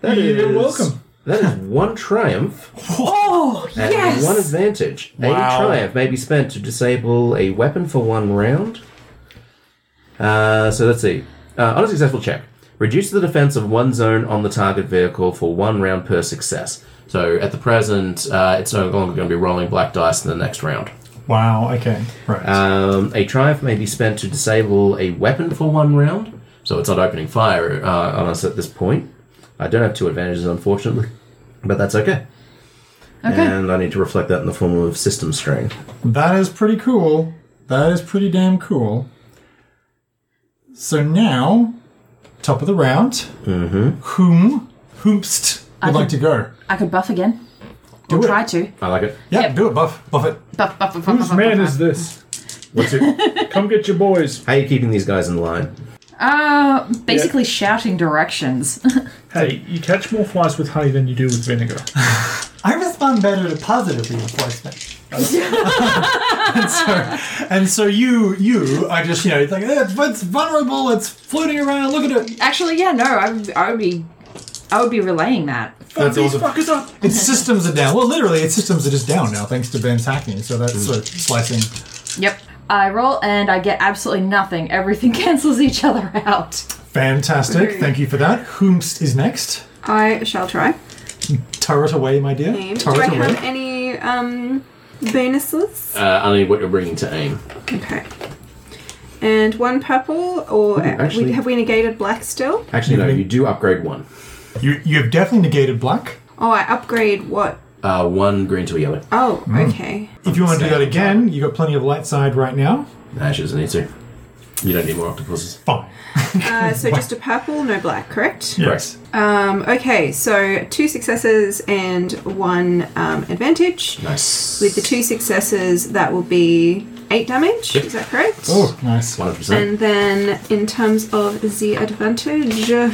[SPEAKER 4] That
[SPEAKER 5] You're
[SPEAKER 4] is-
[SPEAKER 5] welcome.
[SPEAKER 4] That is one triumph
[SPEAKER 3] Oh,
[SPEAKER 4] and one advantage.
[SPEAKER 3] Wow.
[SPEAKER 4] A triumph may be spent to disable a weapon for one round. Uh, so let's see. Uh, on a successful check, reduce the defense of one zone on the target vehicle for one round per success. So at the present, uh, it's no longer going to be rolling black dice in the next round.
[SPEAKER 3] Wow. Okay. Right.
[SPEAKER 4] Uh, Um, a triumph may be spent to disable a weapon for one round. so it's not opening fire uh, on us at this point. I don't have two advantages, unfortunately, but that's okay.
[SPEAKER 7] Okay.
[SPEAKER 4] And I need to reflect that in the form of system strain.
[SPEAKER 3] That is pretty cool. That is pretty damn cool. So now, top of the round, whom whomst would like to go?
[SPEAKER 7] I could buff again.
[SPEAKER 3] Do
[SPEAKER 7] or
[SPEAKER 3] it.
[SPEAKER 7] try to.
[SPEAKER 4] I like it.
[SPEAKER 3] Yeah,
[SPEAKER 7] Yep.
[SPEAKER 3] do it, buff, buff it.
[SPEAKER 7] Buff, buff, buff, buff,
[SPEAKER 5] Whose
[SPEAKER 7] buff,
[SPEAKER 5] man
[SPEAKER 7] buff,
[SPEAKER 5] is this?
[SPEAKER 4] What's your,
[SPEAKER 5] Come get your boys.
[SPEAKER 4] how are you keeping these guys in line?
[SPEAKER 7] Uh, basically shouting directions.
[SPEAKER 5] Hey, you catch more flies with honey than you do with vinegar.
[SPEAKER 3] I respond better to positive reinforcement. and, so, and so you you are just you know it's like eh, it's, it's vulnerable it's floating around look at it
[SPEAKER 7] Actually, yeah, no, I would, I would be, I would be relaying that.
[SPEAKER 3] that's
[SPEAKER 5] These fuckers up.
[SPEAKER 3] its systems are down well literally its systems are just down now thanks to Ben's hacking so that's sort of slicing
[SPEAKER 7] Yep. I roll and I get absolutely nothing. Everything cancels each other out.
[SPEAKER 3] fantastic
[SPEAKER 8] Mm.
[SPEAKER 3] thank you for that whomst is next
[SPEAKER 8] I shall try.
[SPEAKER 3] turret away my dear
[SPEAKER 8] Aim. Do I
[SPEAKER 3] turret away
[SPEAKER 8] have any um, bonuses?
[SPEAKER 4] Uh, only what you're bringing to aim.
[SPEAKER 8] Okay. And one purple, or uh,
[SPEAKER 4] actually-
[SPEAKER 8] we, have we negated black still?
[SPEAKER 4] Actually, no, you do upgrade one.
[SPEAKER 3] you you have definitely negated black
[SPEAKER 8] Oh, I upgrade what?
[SPEAKER 4] Uh, one green to a yellow.
[SPEAKER 8] Oh,
[SPEAKER 4] Hmm.
[SPEAKER 8] okay.
[SPEAKER 3] if you want to do that again you got plenty of light side right now
[SPEAKER 4] Nah, she doesn't need to. You don't need more octopuses.
[SPEAKER 3] fine
[SPEAKER 8] Uh, so just a purple, no black, correct?
[SPEAKER 3] yes
[SPEAKER 8] Um, okay, so two successes and one um, advantage.
[SPEAKER 4] Nice.
[SPEAKER 8] With the two successes, that will be eight damage. Is that correct?
[SPEAKER 3] oh nice
[SPEAKER 4] 100%.
[SPEAKER 8] And then in terms of the advantage, uh,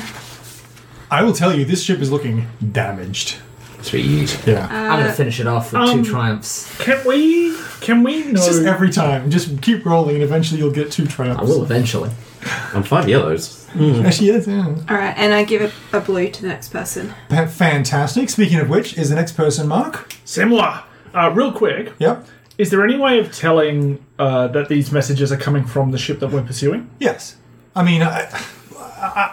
[SPEAKER 3] I will tell you this ship is looking damaged
[SPEAKER 4] Three years.
[SPEAKER 3] yeah
[SPEAKER 8] Uh,
[SPEAKER 6] I'm gonna finish it off with two triumphs.
[SPEAKER 5] Can we? Can we know?
[SPEAKER 3] It's just
[SPEAKER 8] Oh.
[SPEAKER 3] every time. Just keep rolling, and eventually you'll get two triumphs.
[SPEAKER 6] I will eventually.
[SPEAKER 4] I'm five yellows.
[SPEAKER 3] Actually, yes, yeah.
[SPEAKER 8] all right, and I give a, a blue to the next person.
[SPEAKER 3] Fa- Fantastic. Speaking of which, is the next person Mark?
[SPEAKER 5] Simla. Uh, real quick,
[SPEAKER 3] Yep.
[SPEAKER 5] is there any way of telling uh, that these messages are coming from the ship that we're pursuing?
[SPEAKER 3] Yes. I mean, I, I, I,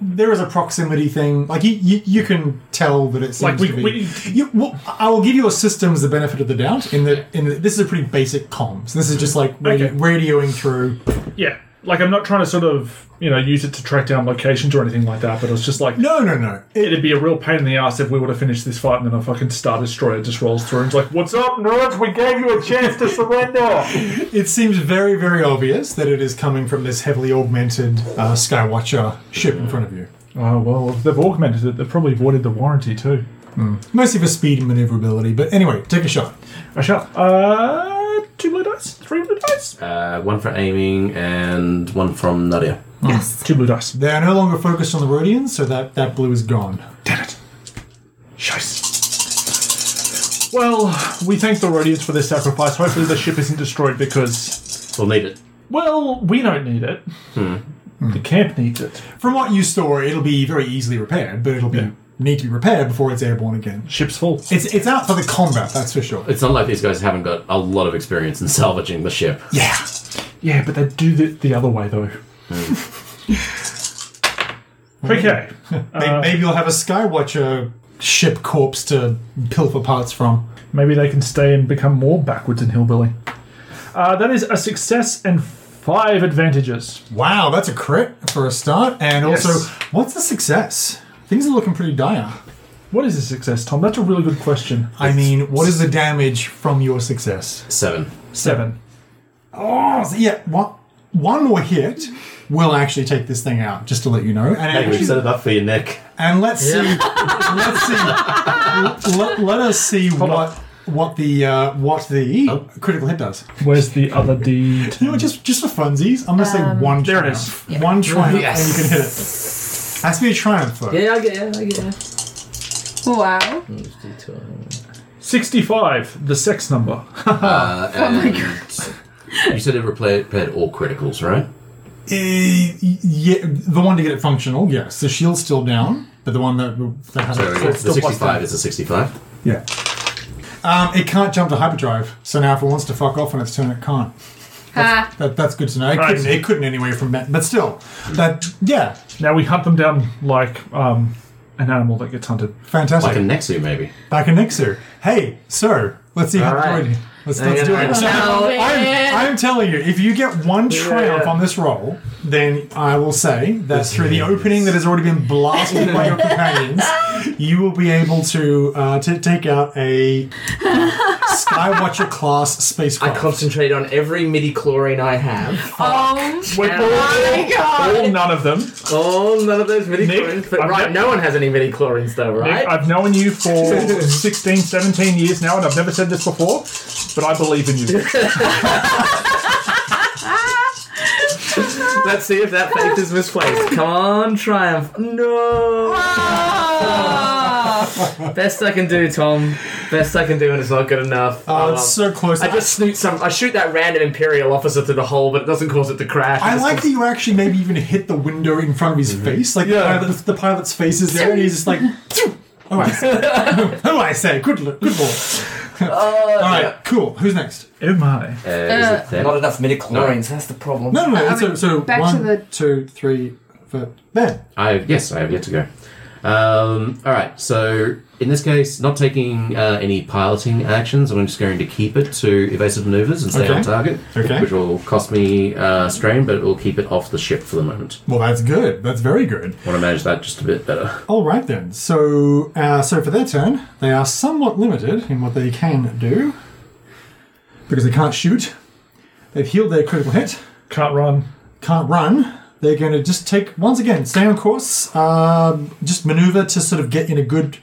[SPEAKER 3] there is a proximity thing. Like you, you, you can tell that it seems
[SPEAKER 5] Like, we-
[SPEAKER 3] to be.
[SPEAKER 5] we-
[SPEAKER 3] you, well, I will give your systems the benefit of the doubt. In that, in that, this is a pretty basic comms. This is just like radi-
[SPEAKER 5] Okay.
[SPEAKER 3] radioing through.
[SPEAKER 5] Yeah. Like, I'm not trying to sort of, you know, use it to track down locations or anything like that, but it's just like,
[SPEAKER 3] No, no, no.
[SPEAKER 5] it'd be a real pain in the ass if we would have finished this fight and then a fucking Star Destroyer just rolls through and is like, what's up, nerds? We gave you a chance to surrender.
[SPEAKER 3] It seems very, very obvious that it is coming from this heavily augmented uh, Skywatcher ship in front of you.
[SPEAKER 5] Oh, well, if they've augmented it. They've probably voided the warranty, too.
[SPEAKER 3] Mostly for speed and maneuverability, but anyway, take a shot.
[SPEAKER 5] I shall. Oh, Uh, two blue dice? Three blue dice?
[SPEAKER 4] Uh, one for aiming and one from Nadia.
[SPEAKER 5] Two blue dice.
[SPEAKER 3] They are no longer focused on the Rhodians, so that, that blue is gone.
[SPEAKER 5] Damn it. Scheiße. Well, we thank the Rhodians for their sacrifice. Hopefully the ship isn't destroyed because,
[SPEAKER 4] We'll need it.
[SPEAKER 5] well, we don't need it. The camp needs it.
[SPEAKER 3] From what you saw, it'll be very easily repaired, but it'll be need to be repaired before it's airborne again.
[SPEAKER 5] Ship's full.
[SPEAKER 3] It's it's out for the combat, that's for sure.
[SPEAKER 4] It's not like these guys haven't got a lot of experience in salvaging the ship.
[SPEAKER 3] Yeah.
[SPEAKER 5] Yeah, but they do it the other way, though. okay.
[SPEAKER 3] May- Maybe you'll have a Skywatcher ship corpse to pilfer parts from.
[SPEAKER 5] Maybe they can stay and become more backwards and hillbilly. Uh, that is a success and five advantages.
[SPEAKER 3] Wow, that's a crit for a start. And also, what's the success? Things are looking pretty dire.
[SPEAKER 5] What is a success, Tom? That's a really good question.
[SPEAKER 3] I mean, what is the damage from your success?
[SPEAKER 4] Seven.
[SPEAKER 5] Seven.
[SPEAKER 3] Oh, so yeah. One, one more hit will actually take this thing out, just to let you know. And, actually-
[SPEAKER 4] set it up for your neck.
[SPEAKER 3] and let's see. let's see. Let, let us see what what the uh, what the critical hit does.
[SPEAKER 5] Where's the other D?
[SPEAKER 3] You know, what, just just for funsies, I'm gonna say one.
[SPEAKER 5] There it
[SPEAKER 3] triumph. One triumph, and you can hit it. Has to be a triumph though.
[SPEAKER 6] Yeah, I get it, I get it.
[SPEAKER 7] Wow.
[SPEAKER 5] 65, the sex number.
[SPEAKER 4] oh my god. You said it repla- repaired all criticals, right?
[SPEAKER 3] Eh, yeah, the one to get it functional. Yes, the shield's still down, but the one that that has
[SPEAKER 4] So
[SPEAKER 3] it
[SPEAKER 4] the
[SPEAKER 3] it's still plus
[SPEAKER 4] 65 is a 65.
[SPEAKER 3] Yeah. Um, it can't jump to hyperdrive, so now if it wants to fuck off on its turn, it can't. That's, that, that's good to know. It
[SPEAKER 5] Right.
[SPEAKER 3] couldn't, it couldn't anyway from that, but still, that yeah,
[SPEAKER 5] now we hunt them down like um, an animal that gets hunted.
[SPEAKER 4] Like a
[SPEAKER 3] fantastic.
[SPEAKER 4] Nexu, maybe.
[SPEAKER 3] Back in Nixu. Hey, so Let's see how
[SPEAKER 6] Alright.
[SPEAKER 3] good. Let's, let's do it. So, I'm, I'm telling you, if you get one triumph on this roll, then I will say that through the opening that has already been blasted by your companions, you will be able to uh, t- take out a Skywatcher class
[SPEAKER 6] I
[SPEAKER 3] spacecraft.
[SPEAKER 6] concentrate on every midi chlorine I have.
[SPEAKER 7] Oh,
[SPEAKER 5] Wait, all,
[SPEAKER 7] my God.
[SPEAKER 5] all none of them. Nick,
[SPEAKER 6] Oh, none of those midi
[SPEAKER 5] Nick,
[SPEAKER 6] chlorines. But
[SPEAKER 5] I've
[SPEAKER 6] right,
[SPEAKER 5] ne-
[SPEAKER 6] no one has any midi chlorines though, right?
[SPEAKER 5] I've known you for 16, 17 years now, and I've never said this before, but I believe in you.
[SPEAKER 6] Let's see if that faith is misplaced. Come on, triumph. No.
[SPEAKER 7] Ah.
[SPEAKER 6] Best I can do, Tom. Best I can do, and it's not good enough.
[SPEAKER 3] Oh,
[SPEAKER 6] Um,
[SPEAKER 3] it's so close.
[SPEAKER 6] I just snoot some. I shoot that random Imperial officer through the hole, but it doesn't cause it to crash.
[SPEAKER 3] I
[SPEAKER 6] It's
[SPEAKER 3] like
[SPEAKER 6] just-
[SPEAKER 3] that you actually maybe even hit the window in front of his face. Like
[SPEAKER 5] Yeah.
[SPEAKER 3] the, pilot, the pilot's face is there, and he's just like, "Oh, I say, oh, I say, good, lo- good lord." Uh, All right, cool. Who's next?
[SPEAKER 5] oh my.
[SPEAKER 4] Uh, is it them?
[SPEAKER 6] Not enough midi chlorines. That's the problem.
[SPEAKER 3] No, no, no. so, so
[SPEAKER 8] back to
[SPEAKER 3] one,
[SPEAKER 8] the-
[SPEAKER 3] two, three, four. There.
[SPEAKER 4] I yes, I have yet to go. Um, all right, so in this case, not taking uh, any piloting actions, I'm just going to keep it to evasive maneuvers and stay
[SPEAKER 3] Okay.
[SPEAKER 4] on target,
[SPEAKER 3] Okay.
[SPEAKER 4] which will cost me uh, strain, but it will keep it off the ship for the moment.
[SPEAKER 3] Well, that's good. That's very good.
[SPEAKER 4] want to manage that just a bit better.
[SPEAKER 3] All right then. So, uh, so for their turn, they are somewhat limited in what they can do because they can't shoot. They've healed their critical hit.
[SPEAKER 5] Can't run.
[SPEAKER 3] Can't run. They're going to just take once again, stay on course. Um, just maneuver to sort of get in a good.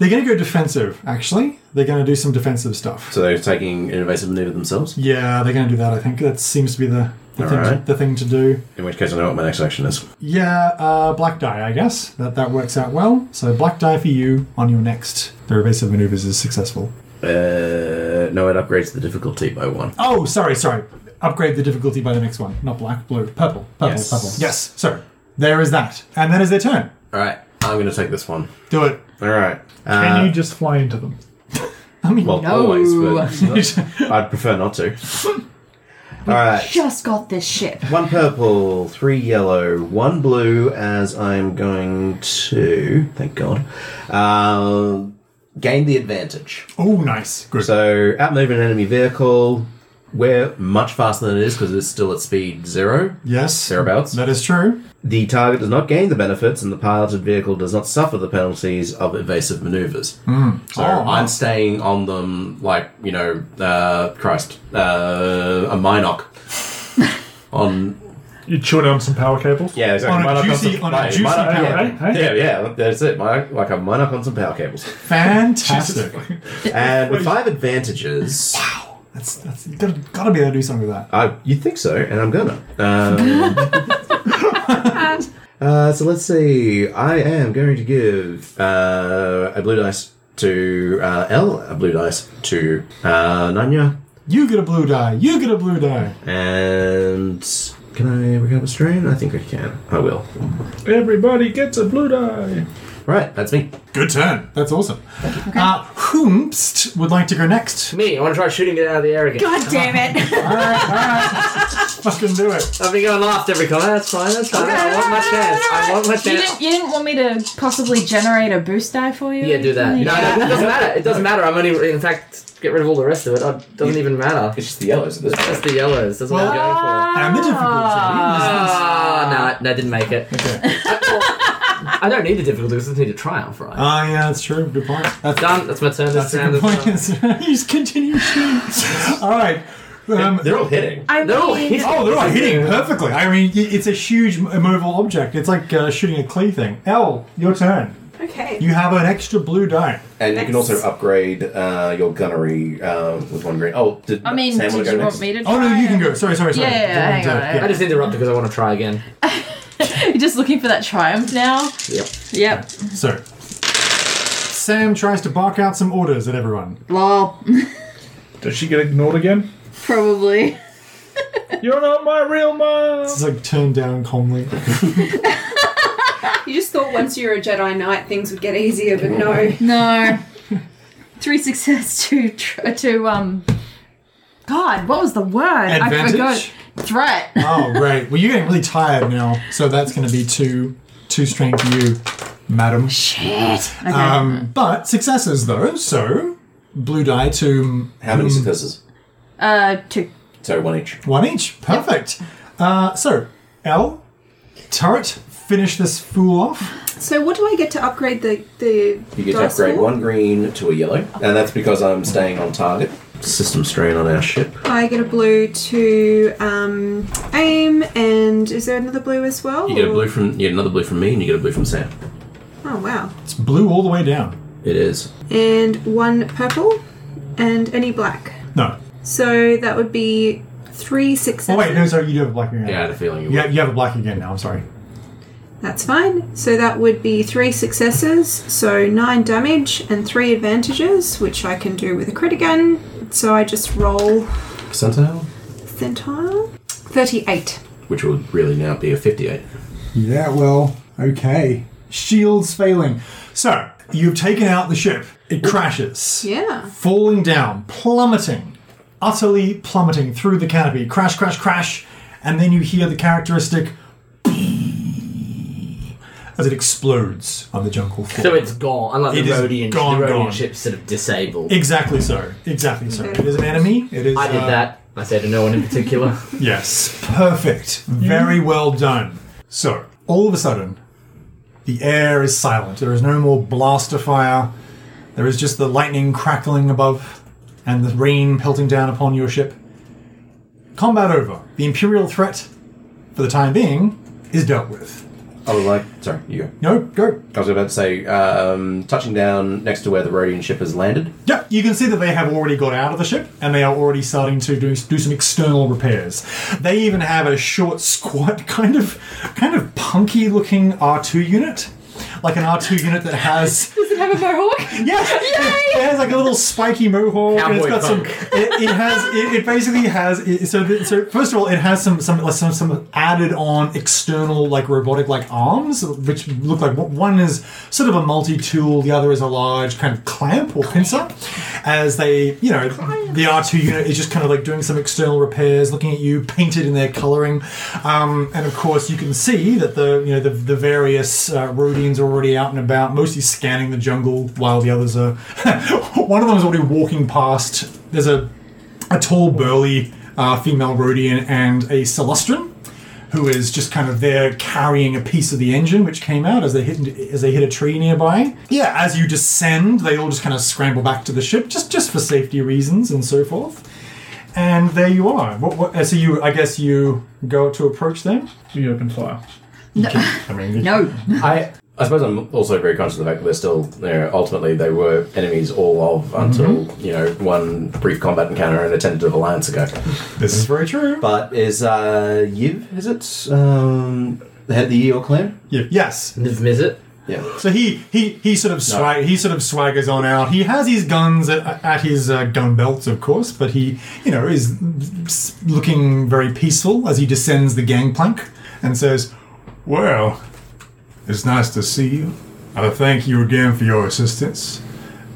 [SPEAKER 3] They're going to go defensive. Actually, they're going to do some defensive stuff.
[SPEAKER 4] So they're taking an evasive maneuver themselves.
[SPEAKER 3] Yeah, they're going to do that. I think that seems to be the the,
[SPEAKER 4] All
[SPEAKER 3] thing,
[SPEAKER 4] right.
[SPEAKER 3] to, the thing to do.
[SPEAKER 4] In which case, I know what my next action is.
[SPEAKER 3] Yeah, uh, black die, I guess. That that works out well. So black die for you on your next. The evasive maneuvers is successful.
[SPEAKER 4] Uh, no, it upgrades the difficulty by one.
[SPEAKER 3] Oh, sorry, sorry. Upgrade the difficulty by the next one. Not black, blue, purple, purple,
[SPEAKER 4] Yes.
[SPEAKER 3] purple. Yes, sorry. There is that, and that is their turn.
[SPEAKER 4] All right, I'm going to take this one.
[SPEAKER 3] Do it.
[SPEAKER 4] All right.
[SPEAKER 5] Can
[SPEAKER 4] Uh,
[SPEAKER 5] you just fly into them?
[SPEAKER 3] I mean,
[SPEAKER 4] well, always, but I'd prefer not to. All right.
[SPEAKER 7] Just got this ship.
[SPEAKER 4] One purple, three yellow, one blue, as I'm going to, thank God, uh, gain the advantage.
[SPEAKER 3] oh, nice, good.
[SPEAKER 4] So, outmove an enemy vehicle. We're much faster than it is because it's still at speed zero,
[SPEAKER 3] yes,
[SPEAKER 4] thereabouts.
[SPEAKER 3] that is true.
[SPEAKER 4] The target does not gain the benefits, and the piloted vehicle does not suffer the penalties of evasive maneuvers. So,
[SPEAKER 3] Oh,
[SPEAKER 4] I'm
[SPEAKER 3] wow.
[SPEAKER 4] staying on them like, you know, uh, Christ, uh, a Minoc. on
[SPEAKER 5] You chewing on some power cables?
[SPEAKER 4] Yeah, exactly.
[SPEAKER 3] On a
[SPEAKER 4] Mine up
[SPEAKER 3] juicy-
[SPEAKER 4] some-
[SPEAKER 3] on a
[SPEAKER 4] mine-
[SPEAKER 3] juicy
[SPEAKER 4] mine up-
[SPEAKER 3] power,
[SPEAKER 4] yeah.
[SPEAKER 5] eh? Hey?
[SPEAKER 4] Yeah, yeah, that's it. Mine, like a mine up on some power cables.
[SPEAKER 3] Fantastic.
[SPEAKER 4] And with five advantages,
[SPEAKER 3] that's that's you gotta, gotta be able to do something with that.
[SPEAKER 4] I, you'd think so, and I'm gonna. Um, uh, so let's see. I am going to give uh, a blue dice to uh, L, a blue dice to uh, Nanya,
[SPEAKER 3] You get a blue die. You get a blue die.
[SPEAKER 4] and. Can I recover strain? I think I can. I will.
[SPEAKER 5] Everybody gets a blue die.
[SPEAKER 4] Right, that's me.
[SPEAKER 3] Good turn. That's awesome. Uh, whomst would like to go next?
[SPEAKER 6] Me, I want to try shooting it out of the air again.
[SPEAKER 7] God damn it.
[SPEAKER 3] All right, all right. Fucking do it.
[SPEAKER 6] I've been going last every corner. That's fine. That's fine. I want my chance. I want my
[SPEAKER 7] You
[SPEAKER 6] chance.
[SPEAKER 7] didn't, you didn't want me to possibly generate a boost die for you?
[SPEAKER 6] Yeah, do that. No,
[SPEAKER 7] Yeah.
[SPEAKER 6] no, it doesn't matter. It doesn't matter. I'm only, in fact, get rid of all the rest of it. It doesn't even matter.
[SPEAKER 4] It's just the yellows at this
[SPEAKER 6] That's the yellows. That's what I'm going for.
[SPEAKER 3] And the difficulty.
[SPEAKER 6] Ah, no, no, didn't make it. I, I don't need a difficulty. I just need a triumph, right?
[SPEAKER 3] Ah, yeah, that's true. Good point. That's,
[SPEAKER 6] Done. That's my turn.
[SPEAKER 3] that's
[SPEAKER 6] That's
[SPEAKER 3] a
[SPEAKER 6] round
[SPEAKER 3] good
[SPEAKER 6] as well.
[SPEAKER 3] point. you just continue shooting. All right. Um,
[SPEAKER 4] They're all hitting.
[SPEAKER 7] I
[SPEAKER 6] They're all
[SPEAKER 7] mean,
[SPEAKER 6] hitting.
[SPEAKER 3] oh, they're all hitting perfectly. I mean, y- it's a huge m- immovable object. It's like uh, shooting a Klee thing. L, your turn.
[SPEAKER 8] Okay.
[SPEAKER 3] You have an extra blue die.
[SPEAKER 4] And you can also
[SPEAKER 8] Nice.
[SPEAKER 4] upgrade uh, your gunnery uh, with one green. Oh, did
[SPEAKER 7] I mean,
[SPEAKER 4] Sam
[SPEAKER 7] did
[SPEAKER 4] want to
[SPEAKER 7] you
[SPEAKER 4] go
[SPEAKER 7] want
[SPEAKER 4] next?
[SPEAKER 7] me to try
[SPEAKER 3] Oh, no, you can
[SPEAKER 7] it?
[SPEAKER 3] go. Sorry, sorry, sorry.
[SPEAKER 7] Yeah, yeah, yeah,
[SPEAKER 3] Didn't,
[SPEAKER 7] hang
[SPEAKER 3] uh,
[SPEAKER 7] on, hang
[SPEAKER 6] I just interrupted because I want to try again.
[SPEAKER 7] You're just looking for that triumph now?
[SPEAKER 6] Yep.
[SPEAKER 7] Yep.
[SPEAKER 3] So, Sam tries to bark out some orders at everyone.
[SPEAKER 7] Lol.
[SPEAKER 5] Does she get ignored again?
[SPEAKER 7] Probably.
[SPEAKER 5] You're not my real mom.
[SPEAKER 3] It's like turned down calmly.
[SPEAKER 8] You just thought once you were a Jedi Knight things would get easier, but no.
[SPEAKER 7] No. Three success, two, tr- two, um. God, what was the word? I
[SPEAKER 3] Advantage?
[SPEAKER 7] forgot. Threat.
[SPEAKER 3] Oh, right. Well, you're getting really tired now, so that's going to be too too strained for you, madam.
[SPEAKER 7] Shit. Okay.
[SPEAKER 3] Um, but successes though, so blue die to
[SPEAKER 4] How many successes?
[SPEAKER 7] Uh, two.
[SPEAKER 4] Sorry, one each.
[SPEAKER 3] One each. Perfect. Uh, so, L, turret, finish this fool off.
[SPEAKER 8] So what do I get to upgrade the the
[SPEAKER 4] You get to
[SPEAKER 8] dice
[SPEAKER 4] upgrade
[SPEAKER 8] for?
[SPEAKER 4] one green to a yellow, and that's because I'm staying on target. System strain on our ship.
[SPEAKER 8] I get a blue to um, aim, and is there another blue as well?
[SPEAKER 4] You get a
[SPEAKER 8] or-
[SPEAKER 4] blue from you get another blue from me, and you get a blue from Sam.
[SPEAKER 8] Oh wow!
[SPEAKER 3] It's blue all the way down.
[SPEAKER 4] It is.
[SPEAKER 8] And one purple, and any black.
[SPEAKER 3] No.
[SPEAKER 8] So that would be three successes.
[SPEAKER 3] Oh, wait, no, sorry, you do have a black again.
[SPEAKER 4] Yeah, I had a feeling
[SPEAKER 3] You
[SPEAKER 4] you would.
[SPEAKER 3] have, you have a black again now, I'm sorry.
[SPEAKER 8] That's fine. So that would be three successes, so nine damage and three advantages, which I can do with a crit again. So I just roll
[SPEAKER 4] Percentile,
[SPEAKER 8] centile. 38.
[SPEAKER 4] which would really now be a 58.
[SPEAKER 3] Yeah, well, okay. Shields failing. So, you've taken out the ship. It crashes.
[SPEAKER 8] Yeah.
[SPEAKER 3] Falling down, plummeting, utterly plummeting through the canopy. Crash, crash, crash. And then you hear the characteristic as it explodes on the jungle floor.
[SPEAKER 6] So it's gone, unlike
[SPEAKER 3] It
[SPEAKER 6] the
[SPEAKER 3] is
[SPEAKER 6] Rhodian,
[SPEAKER 3] gone,
[SPEAKER 6] the Rhodian
[SPEAKER 3] gone.
[SPEAKER 6] ship's sort of disabled.
[SPEAKER 3] Exactly so. Exactly so. It is an enemy. It is.
[SPEAKER 6] I did
[SPEAKER 3] uh,
[SPEAKER 6] that. I say to no one in particular.
[SPEAKER 3] Yes. Perfect. Very well done. So, all of a sudden, the air is silent. There is no more blaster fire. There is just the lightning crackling above and the rain pelting down upon your ship. Combat over. The Imperial threat, for the time being, is dealt with.
[SPEAKER 4] I was Oh, like, sorry, you go.
[SPEAKER 3] No, go.
[SPEAKER 4] I was about to say, um, touching down next to where the Rhodian ship has landed.
[SPEAKER 3] Yep, you can see that they have already got out of the ship and they are already starting to do, do some external repairs. They even have a short, squat, kind of kind of punky looking R2 unit. Like an R2 unit that has
[SPEAKER 7] Does it have a mohawk?
[SPEAKER 3] yeah, it, it has like a little spiky mohawk. and it's
[SPEAKER 6] Cowboy
[SPEAKER 3] got some.
[SPEAKER 6] punk.
[SPEAKER 3] It, it has. It, it basically has. It, so, the- so first of all, it has some some like, some some added on external like robotic like arms, which look like one is sort of a multi tool, the other is a large kind of clamp or pincer. As they, you know, the R two unit is just kind of like doing some external repairs, looking at you, painted in their coloring, um, and of course you can see that the you know the, the various uh, Rhodians are already out and about, mostly scanning the jungle, while the others are. one of them is already walking past. There's a a tall, burly uh, female Rhodian and a Celestrin, who is just kind of there carrying a piece of the engine which came out as they hit as they hit a tree nearby. Yeah, as you descend, they all just kind of scramble back to the ship, just just for safety reasons and so forth. And there you are. What, what, so you, I guess you go to approach them.
[SPEAKER 5] We open fire.
[SPEAKER 3] I mean,
[SPEAKER 7] No.
[SPEAKER 4] I, I suppose I'm also very conscious of the fact that they're still, you know, ultimately they were enemies all of until, you know, one brief combat encounter and a tentative alliance ago.
[SPEAKER 3] this is very true.
[SPEAKER 4] But is uh, Yiv, is it? Um, the head of the Eeyore clan?
[SPEAKER 3] Yeah, yes.
[SPEAKER 6] Niv Mizzet.
[SPEAKER 4] Yeah.
[SPEAKER 3] So he he he sort of swag, he sort of swaggers on out. He has his guns at, at his uh, gun belts, of course, but he you know is looking very peaceful as he descends the gangplank and says, "Well, it's nice to see you. I thank you again for your assistance.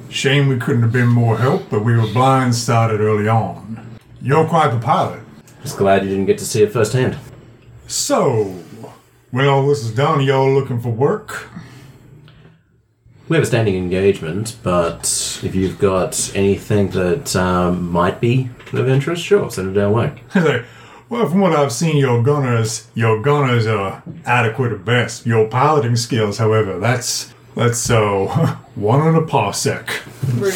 [SPEAKER 3] Shame we couldn't have been more help, but we were blindsided early on. You're quite the pilot.
[SPEAKER 4] Just glad you didn't get to see it firsthand.
[SPEAKER 3] So, when all this is done, y'all looking for work?
[SPEAKER 4] We have a standing engagement, but if you've got anything that um, might be of interest, sure, send it our way.
[SPEAKER 3] He's like, well, from what I've seen, your gunners, your gunners are adequate at best. Your piloting skills, however, that's that's so one on a parsec.
[SPEAKER 8] Rude.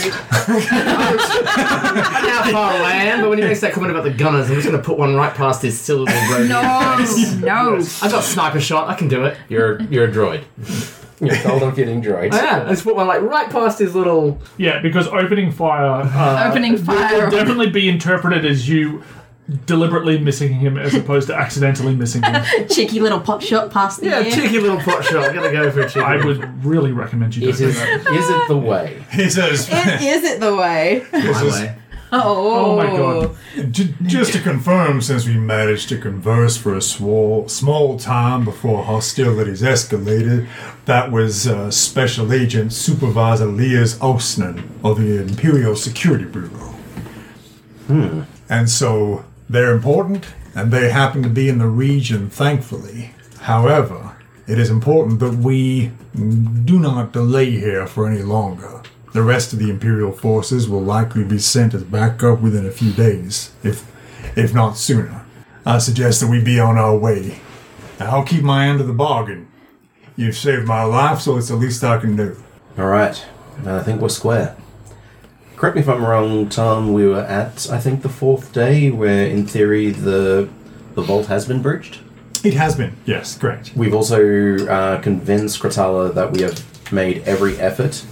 [SPEAKER 6] How far I am, but when he makes that comment about the gunners, I'm just going to put one right past his silly little Rhodian.
[SPEAKER 7] No. No.
[SPEAKER 6] I've got sniper shot. I can do it.
[SPEAKER 4] You're you're a droid. You're cold on getting droids.
[SPEAKER 6] I am. I just put one like right past his little.
[SPEAKER 5] Yeah, because opening fire uh,
[SPEAKER 7] Opening
[SPEAKER 5] will
[SPEAKER 7] fire.
[SPEAKER 5] definitely be interpreted as you deliberately missing him as opposed to accidentally missing him.
[SPEAKER 7] Cheeky little pot shot past the
[SPEAKER 6] Yeah,
[SPEAKER 7] air.
[SPEAKER 6] cheeky little pot shot. I'm gonna go for a cheeky.
[SPEAKER 5] I would really recommend you do
[SPEAKER 4] It is,
[SPEAKER 5] that.
[SPEAKER 4] is it the way?
[SPEAKER 3] He says,
[SPEAKER 7] It- Is it the way?
[SPEAKER 3] this is-
[SPEAKER 7] Oh.
[SPEAKER 5] Oh my god.
[SPEAKER 3] J- Just to confirm, since we managed to converse for a small, small time before hostilities escalated, that was uh, Special Agent Supervisor Lears Osnan of the Imperial Security Bureau. And so they're important, and they happen to be in the region, thankfully. However, it is important that we do not delay here for any longer.
[SPEAKER 9] The rest of the Imperial forces will likely be sent as backup within a few days, if, if not sooner. I suggest that we be on our way. I'll keep my end of the bargain. You've saved my life, so it's the least I can do.
[SPEAKER 4] All right. I think we're square. Correct me if I'm wrong, Tom. We were at I think the fourth day, where in theory the the vault has been breached.
[SPEAKER 3] It has been. Yes, correct.
[SPEAKER 4] We've also uh, convinced Kratala that we have made every effort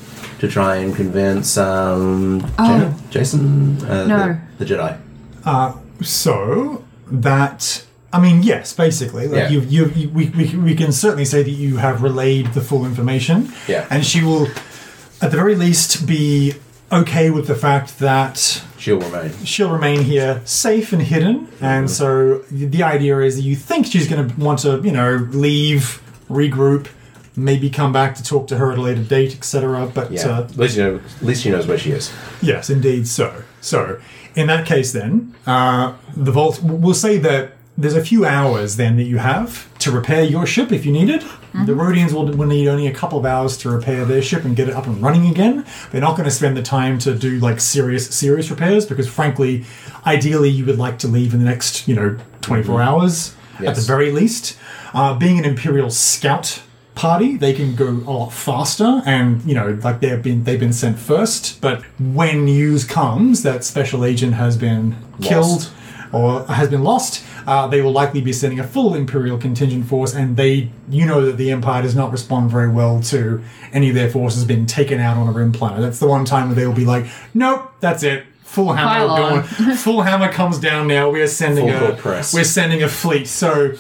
[SPEAKER 4] to try and convince um, Jaina- Jason, uh,
[SPEAKER 7] No.
[SPEAKER 4] the, the Jedi.
[SPEAKER 3] So that I mean, yes, basically, like
[SPEAKER 4] Yeah.
[SPEAKER 3] you, you, you we, we, we can certainly say that you have relayed the full information.
[SPEAKER 4] Yeah.
[SPEAKER 3] and she will, at the very least, be okay with the fact that
[SPEAKER 4] She'll remain.
[SPEAKER 3] she'll remain here safe and hidden.
[SPEAKER 4] Mm-hmm.
[SPEAKER 3] And so the idea is that you think she's going to want to, you know, leave, regroup, maybe come back to talk to her at a later date, etc. But
[SPEAKER 4] Yeah.
[SPEAKER 3] uh,
[SPEAKER 4] at least you know. At least she knows where she is.
[SPEAKER 3] Yes, indeed. So, so in that case, then uh, the vault. We'll say that there's a few hours then that you have to repair your ship if you need it. The Rhodians will, will need only a couple of hours to repair their ship and get it up and running again. They're not going to spend the time to do like serious, serious repairs because, frankly, ideally you would like to leave in the next, you know, 24 hours at the
[SPEAKER 4] Yes.
[SPEAKER 3] very least. Uh, being an Imperial scout party, they can go a lot faster, and you know, like they've been they've been sent first. But when news comes that special agent has been killed or has been lost, uh, they will likely be sending a full Imperial contingent force, and they, you know, that the Empire does not respond very well to any of their forces being taken out on a rim planet. That's the one time where they will be like, nope, that's it. Full hammer
[SPEAKER 7] Pile on.
[SPEAKER 3] going. Full hammer comes down now. We are sending
[SPEAKER 4] Full
[SPEAKER 3] a
[SPEAKER 4] court press.
[SPEAKER 3] we're sending a fleet. So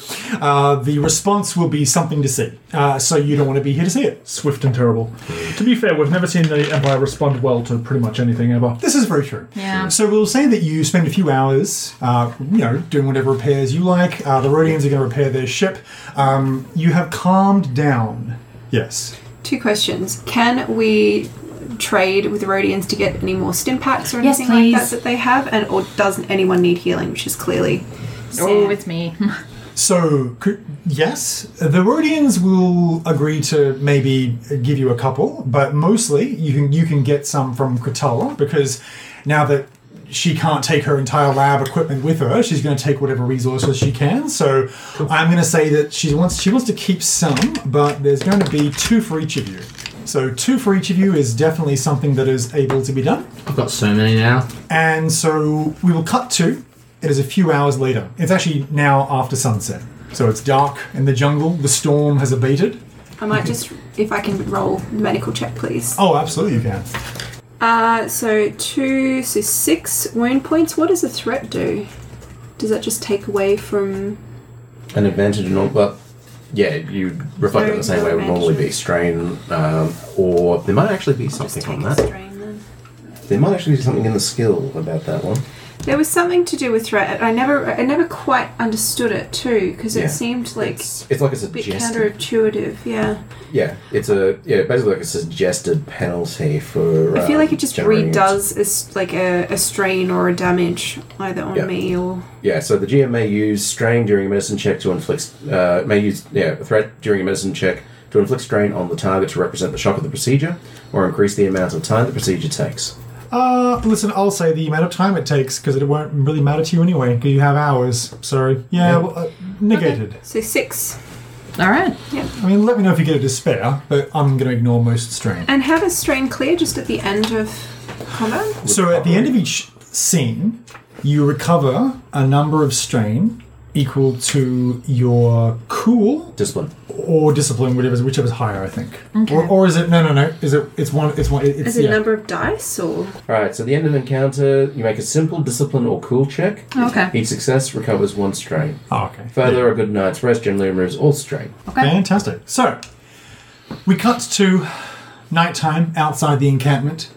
[SPEAKER 3] uh, the response will be something to see. Uh, so you don't want to be here to see it.
[SPEAKER 5] Swift and terrible. To be fair, we've never seen the Empire respond well to pretty much anything ever.
[SPEAKER 3] This is very true.
[SPEAKER 7] Yeah.
[SPEAKER 3] So we'll say that you spend a few hours, uh, you know, doing whatever repairs you like. Uh, the Rhodians are going to repair their ship. Um, you have calmed down. Yes.
[SPEAKER 8] Two questions. Can we trade with the Rhodians to get any more stim packs or
[SPEAKER 7] Yes,
[SPEAKER 8] anything like
[SPEAKER 7] please.
[SPEAKER 8] that that they have? And or doesn't anyone need healing, which is clearly
[SPEAKER 7] Oh, it's me.
[SPEAKER 3] So, could, yes, the Rhodians will agree to maybe give you a couple, but mostly you can you can get some from Kratala because now that she can't take her entire lab equipment with her, she's going to take whatever resources she can. So, I'm going to say that she wants she wants to keep some, but there's going to be two for each of you. So, two for each of you is definitely something that is able to be done.
[SPEAKER 6] I've got so many now.
[SPEAKER 3] And so we will cut to it is a few hours later. It's actually now after sunset. So it's dark in the jungle, the storm has abated.
[SPEAKER 8] I might just if I can roll medical check, please.
[SPEAKER 3] Oh, absolutely you can.
[SPEAKER 8] Uh, so two, so six wound points. What does a threat do? Does that just take away from?
[SPEAKER 4] An advantage and all, but yeah, you reflect it in the same way it would normally be strain, um, or there might actually be
[SPEAKER 8] Just
[SPEAKER 4] something
[SPEAKER 8] take
[SPEAKER 4] on
[SPEAKER 8] a
[SPEAKER 4] that.
[SPEAKER 8] strain then.
[SPEAKER 4] There might actually be something in the skill about that one.
[SPEAKER 8] There was something to do with threat. I never, I never quite understood it too, because it
[SPEAKER 4] Yeah.
[SPEAKER 8] seemed like
[SPEAKER 4] It's, it's like a
[SPEAKER 8] a bit
[SPEAKER 4] suggested.
[SPEAKER 8] counterintuitive. Yeah,
[SPEAKER 4] Yeah, it's a yeah, basically like a suggested penalty for.
[SPEAKER 8] I feel
[SPEAKER 4] um,
[SPEAKER 8] like it just
[SPEAKER 4] generating
[SPEAKER 8] redoes as like a, a strain or a damage either on
[SPEAKER 4] Yeah.
[SPEAKER 8] me or
[SPEAKER 4] Yeah, so the GM may use strain during a medicine check to inflict. Uh, may use yeah a threat during a medicine check to inflict strain on the target to represent the shock of the procedure, or increase the amount of time the procedure takes.
[SPEAKER 3] Uh, listen, I'll say the amount of time it takes because it won't really matter to you anyway because you have hours. So, yeah, well, uh, negated.
[SPEAKER 8] so six.
[SPEAKER 7] All right.
[SPEAKER 3] I mean, let me know if you get a despair, but I'm going to ignore most strain.
[SPEAKER 8] And how does strain clear just at the end of combat?
[SPEAKER 3] So at the end of each scene, you recover a number of strain equal to your cool
[SPEAKER 4] Discipline.
[SPEAKER 3] or discipline, whatever, whichever's higher, I think. Or, or is it no, no, no? Is it? It's one. It's one. It's,
[SPEAKER 8] Is it
[SPEAKER 3] yeah.
[SPEAKER 8] a number of dice or?
[SPEAKER 4] All right. So at the end of an encounter, you make a simple discipline or cool check.
[SPEAKER 7] Okay.
[SPEAKER 4] Each success recovers one strain.
[SPEAKER 3] Oh, okay.
[SPEAKER 4] Further, a good night's rest generally removes all strain.
[SPEAKER 3] Fantastic. So we cut to nighttime outside the encampment.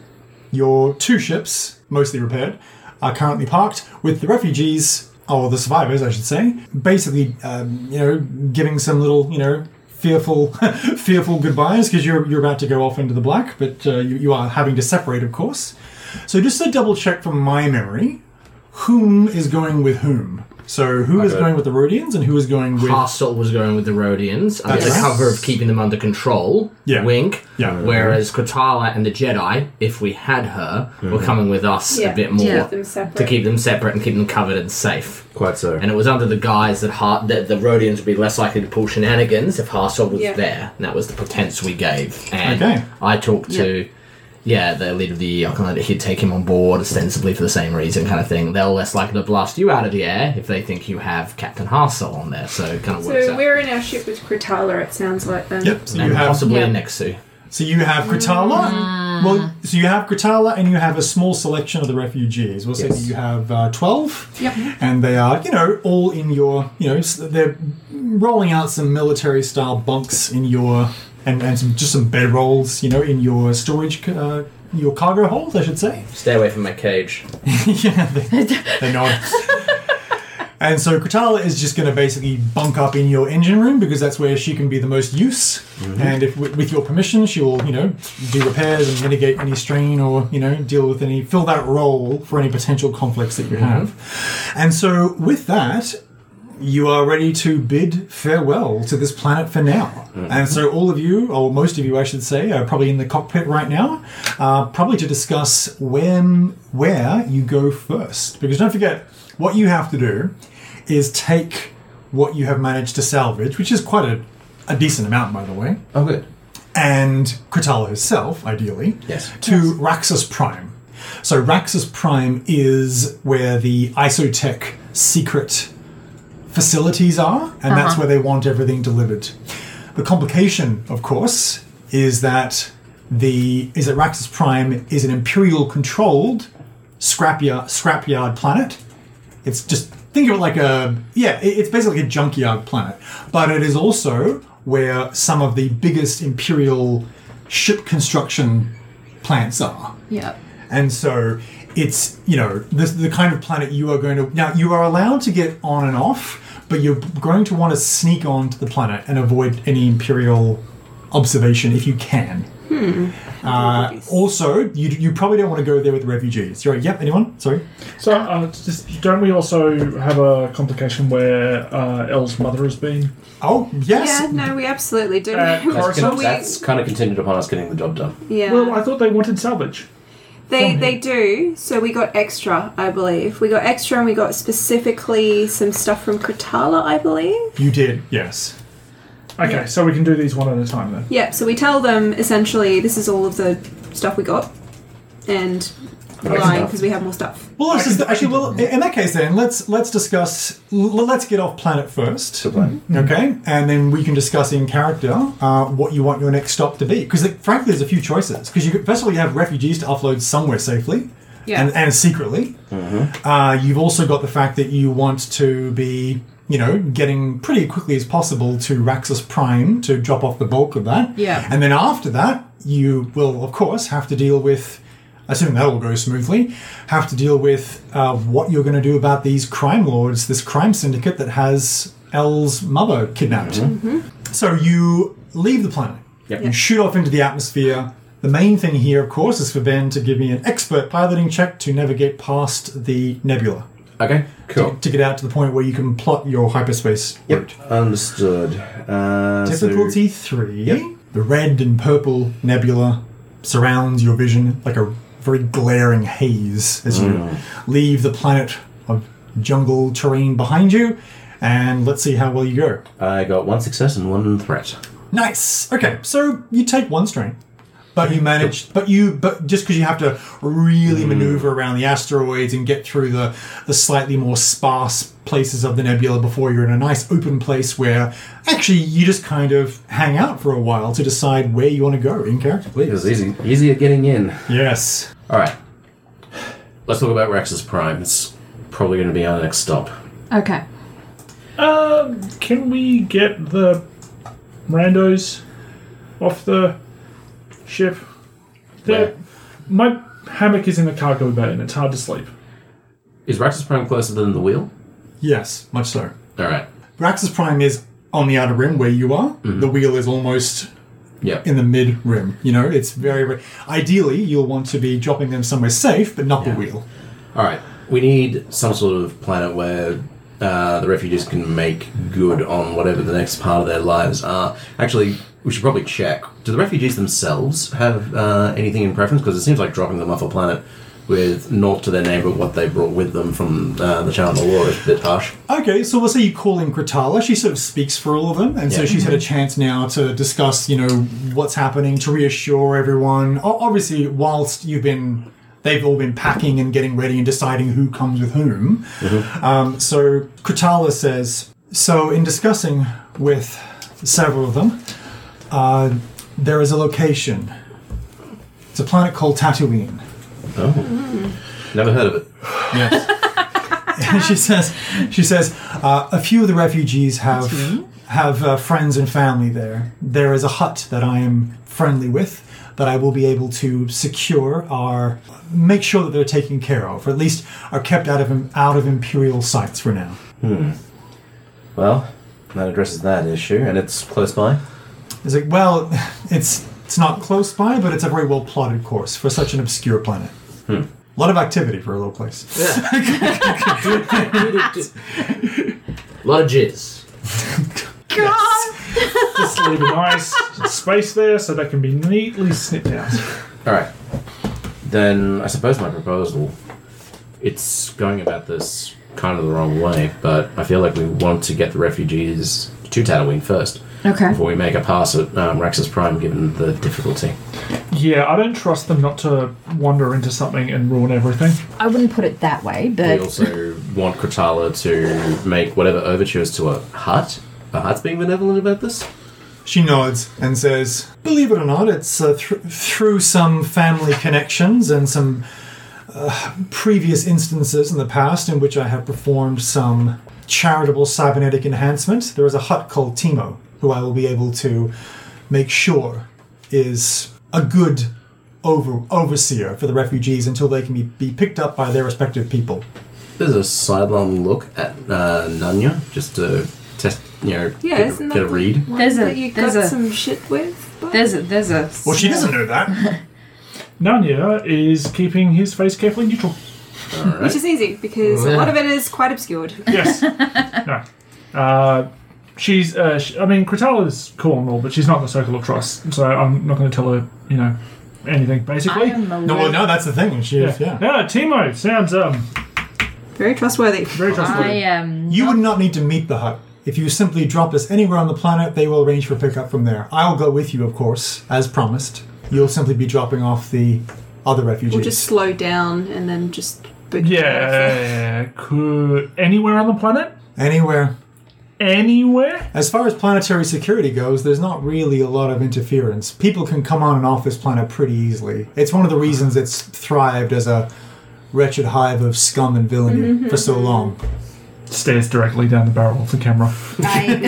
[SPEAKER 3] Your two ships, mostly repaired, are currently parked with the refugees, or the survivors, I should say, basically, um, you know, giving some little, you know, fearful, fearful goodbyes because you're you're about to go off into the black, but uh, you, you are having to separate, of course. So just to double check from my memory, whom is going with whom. So who is
[SPEAKER 4] got it.
[SPEAKER 3] going with the Rhodians and who is going with
[SPEAKER 6] Castle was going with the Rhodians under
[SPEAKER 3] That's
[SPEAKER 6] the
[SPEAKER 3] right.
[SPEAKER 6] cover of keeping them under control.
[SPEAKER 3] Yeah.
[SPEAKER 6] Wink.
[SPEAKER 3] Yeah.
[SPEAKER 6] Whereas Kratala and the Jedi, if we had her, were coming with us
[SPEAKER 8] Yeah.
[SPEAKER 6] a bit more
[SPEAKER 7] Yeah.
[SPEAKER 8] Them separate.
[SPEAKER 6] to keep them separate and keep them covered and safe.
[SPEAKER 4] Quite so.
[SPEAKER 6] And it was under the guise that, Har- that the Rhodians would be less likely to pull shenanigans if Harsol was
[SPEAKER 8] Yeah.
[SPEAKER 6] there. And that was the pretense we gave. And
[SPEAKER 3] Okay.
[SPEAKER 6] I talked to, yeah, the leader of the Yokaland, he'd take him on board ostensibly for the same reason, kind of thing. They're less likely to blast you out of the air if they think you have Captain Harsol on there. So it kind of works
[SPEAKER 8] So
[SPEAKER 6] out.
[SPEAKER 8] we're in our ship with Kritala, it sounds like then.
[SPEAKER 3] Yep. So you
[SPEAKER 6] and
[SPEAKER 3] have
[SPEAKER 6] possibly
[SPEAKER 7] Yeah.
[SPEAKER 6] Nexu.
[SPEAKER 3] so you have Gritala. Well, so you have Gritala and you have a small selection of the refugees. We'll say that
[SPEAKER 6] Yes.
[SPEAKER 3] you have uh, twelve.
[SPEAKER 8] Yep.
[SPEAKER 3] And they are, you know, all in your, you know, s- they're rolling out some military style bunks in your, and, and some, just some bedrolls, you know, in your storage, uh, your cargo hold, I should say.
[SPEAKER 6] Stay away from my cage.
[SPEAKER 3] yeah, they, they nod. and so Kratala is just going to basically bunk up in your engine room because that's where she can be the most use. And if with, with your permission, she will, you know, do repairs and mitigate any strain or you know deal with any fill that role for any potential conflicts that you have. And so with that. You are ready to bid farewell to this planet for now. And so, all of you, or most of you, I should say, are probably in the cockpit right now uh, probably to discuss when where you go first. Because don't forget, what you have to do is take what you have managed to salvage, which is quite a, a decent amount, by the way,
[SPEAKER 4] Oh, good.
[SPEAKER 3] and Kritala herself, ideally,
[SPEAKER 4] Yes.
[SPEAKER 3] to Raxus Prime. So Raxus Prime is where the Isotech secret facilities are, and that's where they want everything delivered. The complication, of course, is that the is that Raxus Prime is an imperial controlled scrapyard scrapyard planet. It's just think of it like a yeah, it- it's basically a junkyard planet, but it is also where some of the biggest imperial ship construction plants are.
[SPEAKER 7] Yep.
[SPEAKER 3] And so it's, you know, this the kind of planet you are going to. Now, you are allowed to get on and off, but you're going to want to sneak onto the planet and avoid any Imperial observation if you can. Uh, also, you, you probably don't want to go there with refugees. You're right. Yep. Anyone? Sorry.
[SPEAKER 5] So, uh, just, don't we also have a complication where uh, Elle's mother has been?
[SPEAKER 3] Oh yes.
[SPEAKER 8] Yeah, no, we absolutely do.
[SPEAKER 5] Uh,
[SPEAKER 8] Well,
[SPEAKER 5] Coruscant?
[SPEAKER 4] That's,
[SPEAKER 8] we-
[SPEAKER 4] that's kind of contingent upon us getting the job done.
[SPEAKER 8] yeah.
[SPEAKER 5] Well, I thought they wanted salvage.
[SPEAKER 8] They they do. So we got extra, I believe. We got extra, and we got specifically some stuff from Kratala, I believe.
[SPEAKER 3] You did. Yes.
[SPEAKER 5] Okay, so we can do these one at a time then.
[SPEAKER 8] Yep. So we tell them essentially this is all of the stuff we got, and we're lying because we have more stuff.
[SPEAKER 3] Well, let's just, actually, well, in that case, then let's let's discuss. l- Let's get off planet first, okay, and then we can discuss in character uh, what you want your next stop to be. Because frankly, there's a few choices. Because you first of all, you have refugees to offload somewhere safely,
[SPEAKER 8] Yeah.
[SPEAKER 3] and, and secretly. Uh, you've also got the fact that you want to be, you know, getting pretty quickly as possible to Raxus Prime to drop off the bulk of that.
[SPEAKER 7] Yeah.
[SPEAKER 3] And then after that, you will, of course, have to deal with, assuming that all goes smoothly, have to deal with uh, what you're going to do about these crime lords, this crime syndicate that has Elle's mother kidnapped. So you leave the planet. You shoot off into the atmosphere. The main thing here, of course, is for Ben to give me an expert piloting check to navigate past the nebula
[SPEAKER 4] Okay, cool.
[SPEAKER 3] to get out to the point where you can plot your hyperspace route.
[SPEAKER 4] Understood. Uh, so-
[SPEAKER 3] Difficulty three. The red and purple nebula surrounds your vision like a very glaring haze as you leave the planet of jungle terrain behind you. And let's see how well you go.
[SPEAKER 4] I got one success and one threat.
[SPEAKER 3] Nice. Okay, so you take one strain, but you manage. But you, but just because you have to really maneuver around the asteroids and get through the the slightly more sparse places of the nebula before you're in a nice open place where actually you just kind of hang out for a while to decide where you want to go in character,
[SPEAKER 4] It
[SPEAKER 3] please.
[SPEAKER 4] was easy, easier getting in.
[SPEAKER 3] Yes.
[SPEAKER 4] All right. Let's talk about Raxus Prime. It's probably going to be our next stop.
[SPEAKER 7] Okay.
[SPEAKER 5] Um, can we get the randos off the ship? They're- My hammock is in the cargo bay and it's hard to sleep.
[SPEAKER 4] Is Raxus Prime closer than the wheel?
[SPEAKER 3] Yes, much so.
[SPEAKER 4] All right.
[SPEAKER 3] Braxis Prime is on the outer rim where you are. The wheel is almost
[SPEAKER 4] Yeah.
[SPEAKER 3] in the mid rim. You know, it's very, very. Ideally, you'll want to be dropping them somewhere safe, but not the wheel.
[SPEAKER 4] All right. we need some sort of planet where uh, the refugees can make good on whatever the next part of their lives are. Actually, we should probably check. Do the refugees themselves have uh, anything in preference? Because it seems like dropping them off a planet with naught to their name but what they brought with them from uh, the Child of War is a bit harsh.
[SPEAKER 3] Okay, so let's say you call in Gratala. She sort of speaks for all of them, and so
[SPEAKER 4] Yeah.
[SPEAKER 3] she's had a chance now to discuss, you know, what's happening, to reassure everyone. O- obviously, whilst you've been, they've all been packing and getting ready and deciding who comes with whom. Um, so Gratala says, so in discussing with several of them, uh, there is a location. It's a planet called Tatooine.
[SPEAKER 4] Oh. Never heard of it.
[SPEAKER 3] Yes. and she says, she says, uh, a few of the refugees have have uh, friends and family there. There is a hut that I am friendly with that I will be able to secure or make sure that they're taken care of, or at least are kept out of out of imperial sites for now.
[SPEAKER 4] Well, that addresses that issue, and it's close by.
[SPEAKER 3] It's like, well, it's it's not close by, but it's a very well plotted course for such an obscure planet. A lot of activity for a little place.
[SPEAKER 6] lot of jizz.
[SPEAKER 5] Just leave a nice space there so they can be neatly snipped out.
[SPEAKER 4] All right. Then I suppose my proposal. It's going about this kind of the wrong way, but I feel like we want to get the refugees to Tatooine first
[SPEAKER 7] Okay.
[SPEAKER 4] before we make a pass at um, Raxus Prime, given the difficulty.
[SPEAKER 5] Yeah, I don't trust them not to wander into something and ruin everything.
[SPEAKER 7] I wouldn't put it that way,
[SPEAKER 4] We
[SPEAKER 7] but
[SPEAKER 4] also want Kratala to make whatever overtures to a hut. A hut's being benevolent about this.
[SPEAKER 3] She nods and says, "Believe it or not, it's uh, thr through some family connections and some uh, previous instances in the past in which I have performed some charitable cybernetic enhancement. There is a hut called Timo, who I will be able to make sure is a good over- overseer for the refugees until they can be, be picked up by their respective people."
[SPEAKER 4] There's a sidelong look at uh, Nanya just to test, you know,
[SPEAKER 8] Yeah,
[SPEAKER 4] get,
[SPEAKER 8] isn't
[SPEAKER 4] a, get a
[SPEAKER 8] that-
[SPEAKER 4] read.
[SPEAKER 7] There's a-
[SPEAKER 8] that you
[SPEAKER 7] there's
[SPEAKER 8] got
[SPEAKER 7] a-
[SPEAKER 8] some shit with. but-
[SPEAKER 7] there's a there's a
[SPEAKER 3] Well, she doesn't know that.
[SPEAKER 5] Nanya is keeping his face carefully neutral.
[SPEAKER 4] All right.
[SPEAKER 8] Which is easy because a lot of it is quite obscured.
[SPEAKER 5] Yes. no. Uh, she's. Uh, sh I mean, Cratala's cool and all, but she's not the circle of trust, so I'm not going to tell her, you know, anything.
[SPEAKER 7] I
[SPEAKER 5] Basically.
[SPEAKER 7] am a
[SPEAKER 3] No, well,
[SPEAKER 7] little-
[SPEAKER 3] no, that's the thing. She
[SPEAKER 5] yeah.
[SPEAKER 3] is,
[SPEAKER 5] yeah.
[SPEAKER 3] yeah.
[SPEAKER 5] Timo sounds um
[SPEAKER 8] Very trustworthy.
[SPEAKER 5] very
[SPEAKER 7] I
[SPEAKER 5] trustworthy.
[SPEAKER 7] am.
[SPEAKER 3] You would not need to meet the hut. If you simply drop us anywhere on the planet, they will arrange for pickup from there. I'll go with you, of course, as promised. You'll simply be dropping off the other refugees.
[SPEAKER 8] We'll just slow down and then just. book it off.
[SPEAKER 5] yeah. Could anywhere on the planet?
[SPEAKER 3] Anywhere.
[SPEAKER 5] Anywhere?
[SPEAKER 3] As far as planetary security goes, there's not really a lot of interference. People can come on and off this planet pretty easily. It's one of the reasons it's thrived as a wretched hive of scum and villainy
[SPEAKER 8] Mm-hmm,
[SPEAKER 3] for so long.
[SPEAKER 5] Stares directly down the barrel of the camera.
[SPEAKER 7] I,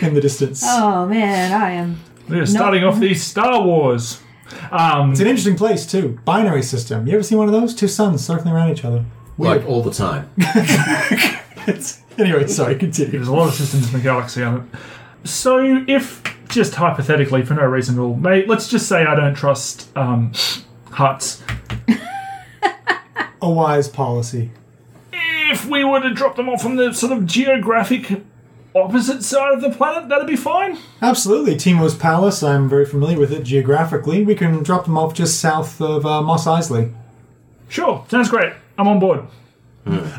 [SPEAKER 3] In the distance.
[SPEAKER 7] oh man, I am.
[SPEAKER 5] They're starting off these Star Wars. Um,
[SPEAKER 3] It's an interesting place, too. Binary system. You ever seen one of those? Two suns circling around each other.
[SPEAKER 4] Like all the time.
[SPEAKER 3] It's, anyway, sorry, continue.
[SPEAKER 5] There's a lot of systems in the galaxy on it. So if just hypothetically, for no reason at all, mate, let's just say I don't trust um, huts.
[SPEAKER 3] A wise policy.
[SPEAKER 5] If we were to drop them off on the sort of geographic opposite side of the planet, that'd be fine.
[SPEAKER 3] Absolutely, Timo's Palace. I'm very familiar with it geographically. We can drop them off just south of uh, Moss Isley.
[SPEAKER 5] Sure, sounds great. I'm on board.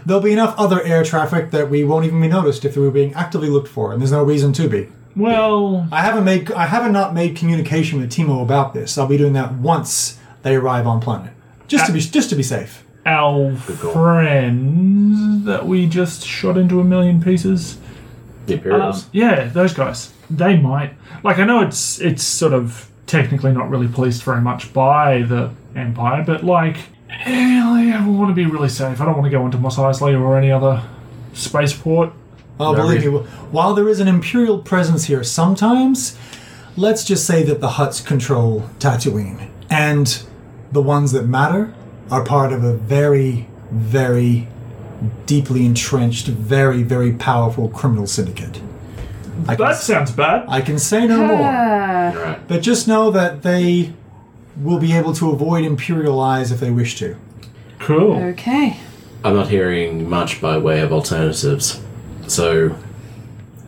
[SPEAKER 3] There'll be enough other air traffic that we won't even be noticed if we were being actively looked for, and there's no reason to be.
[SPEAKER 5] Well,
[SPEAKER 3] I haven't made, I haven't not made communication with Timo about this. I'll be doing that once they arrive on planet, just to be, just to be safe.
[SPEAKER 5] our
[SPEAKER 4] call.
[SPEAKER 5] friends that we just shot into a million pieces.
[SPEAKER 4] The Imperials.
[SPEAKER 5] Um, yeah, those guys. They might. Like I know it's it's sort of technically not really policed very much by the Empire, but like eh, I want to be really safe. I don't want to go into Mos Eisley or any other spaceport.
[SPEAKER 3] Oh,
[SPEAKER 4] No
[SPEAKER 3] believe
[SPEAKER 4] reason.
[SPEAKER 3] me, while there is an imperial presence here sometimes, let's just say that the Huts control Tatooine. And the ones that matter are part of a very, very deeply entrenched, very, very powerful criminal syndicate. I can,
[SPEAKER 5] That sounds bad.
[SPEAKER 3] I can say no more,
[SPEAKER 7] Uh,
[SPEAKER 4] All right.
[SPEAKER 3] but just know that they will be able to avoid imperial eyes if they wish to.
[SPEAKER 5] Cool.
[SPEAKER 7] Okay.
[SPEAKER 4] I'm not hearing much by way of alternatives. So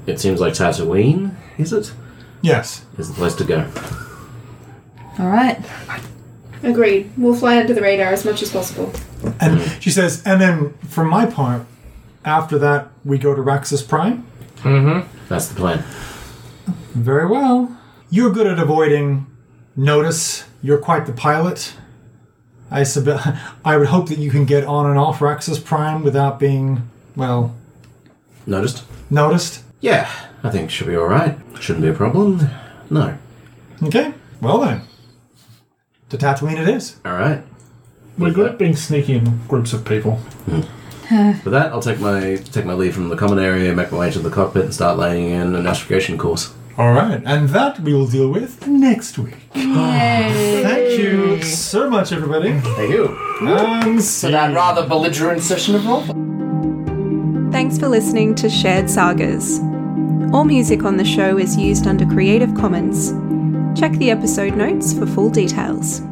[SPEAKER 4] it seems like Tatooine, is it?
[SPEAKER 10] Yes.
[SPEAKER 4] Is the place to go.
[SPEAKER 7] All right.
[SPEAKER 11] Agreed. We'll fly under the radar as much as possible.
[SPEAKER 3] And she says, and then from my point, after that, we go to Raxus Prime.
[SPEAKER 4] That's the plan.
[SPEAKER 3] Very well. You're good at avoiding notice. You're quite the pilot. I sub- I would hope that you can get on and off Raxus Prime without being, well,
[SPEAKER 4] Noticed?
[SPEAKER 3] noticed.
[SPEAKER 4] Yeah, I think it should be alright. Shouldn't be a problem. No.
[SPEAKER 3] Okay? Well then. To Tatooine it is.
[SPEAKER 4] Alright.
[SPEAKER 5] We're good at being sneaky in groups of people.
[SPEAKER 4] For that, I'll take my take my leave from the common area, make my way to the cockpit, and start laying in an astrogation course.
[SPEAKER 3] All right, and that we will deal with next week. Thank you so much, everybody.
[SPEAKER 4] Thank you.
[SPEAKER 3] Um,
[SPEAKER 12] For that rather belligerent session of role.
[SPEAKER 8] Thanks for listening to Shared Sagas. All music on the show is used under Creative Commons. Check the episode notes for full details.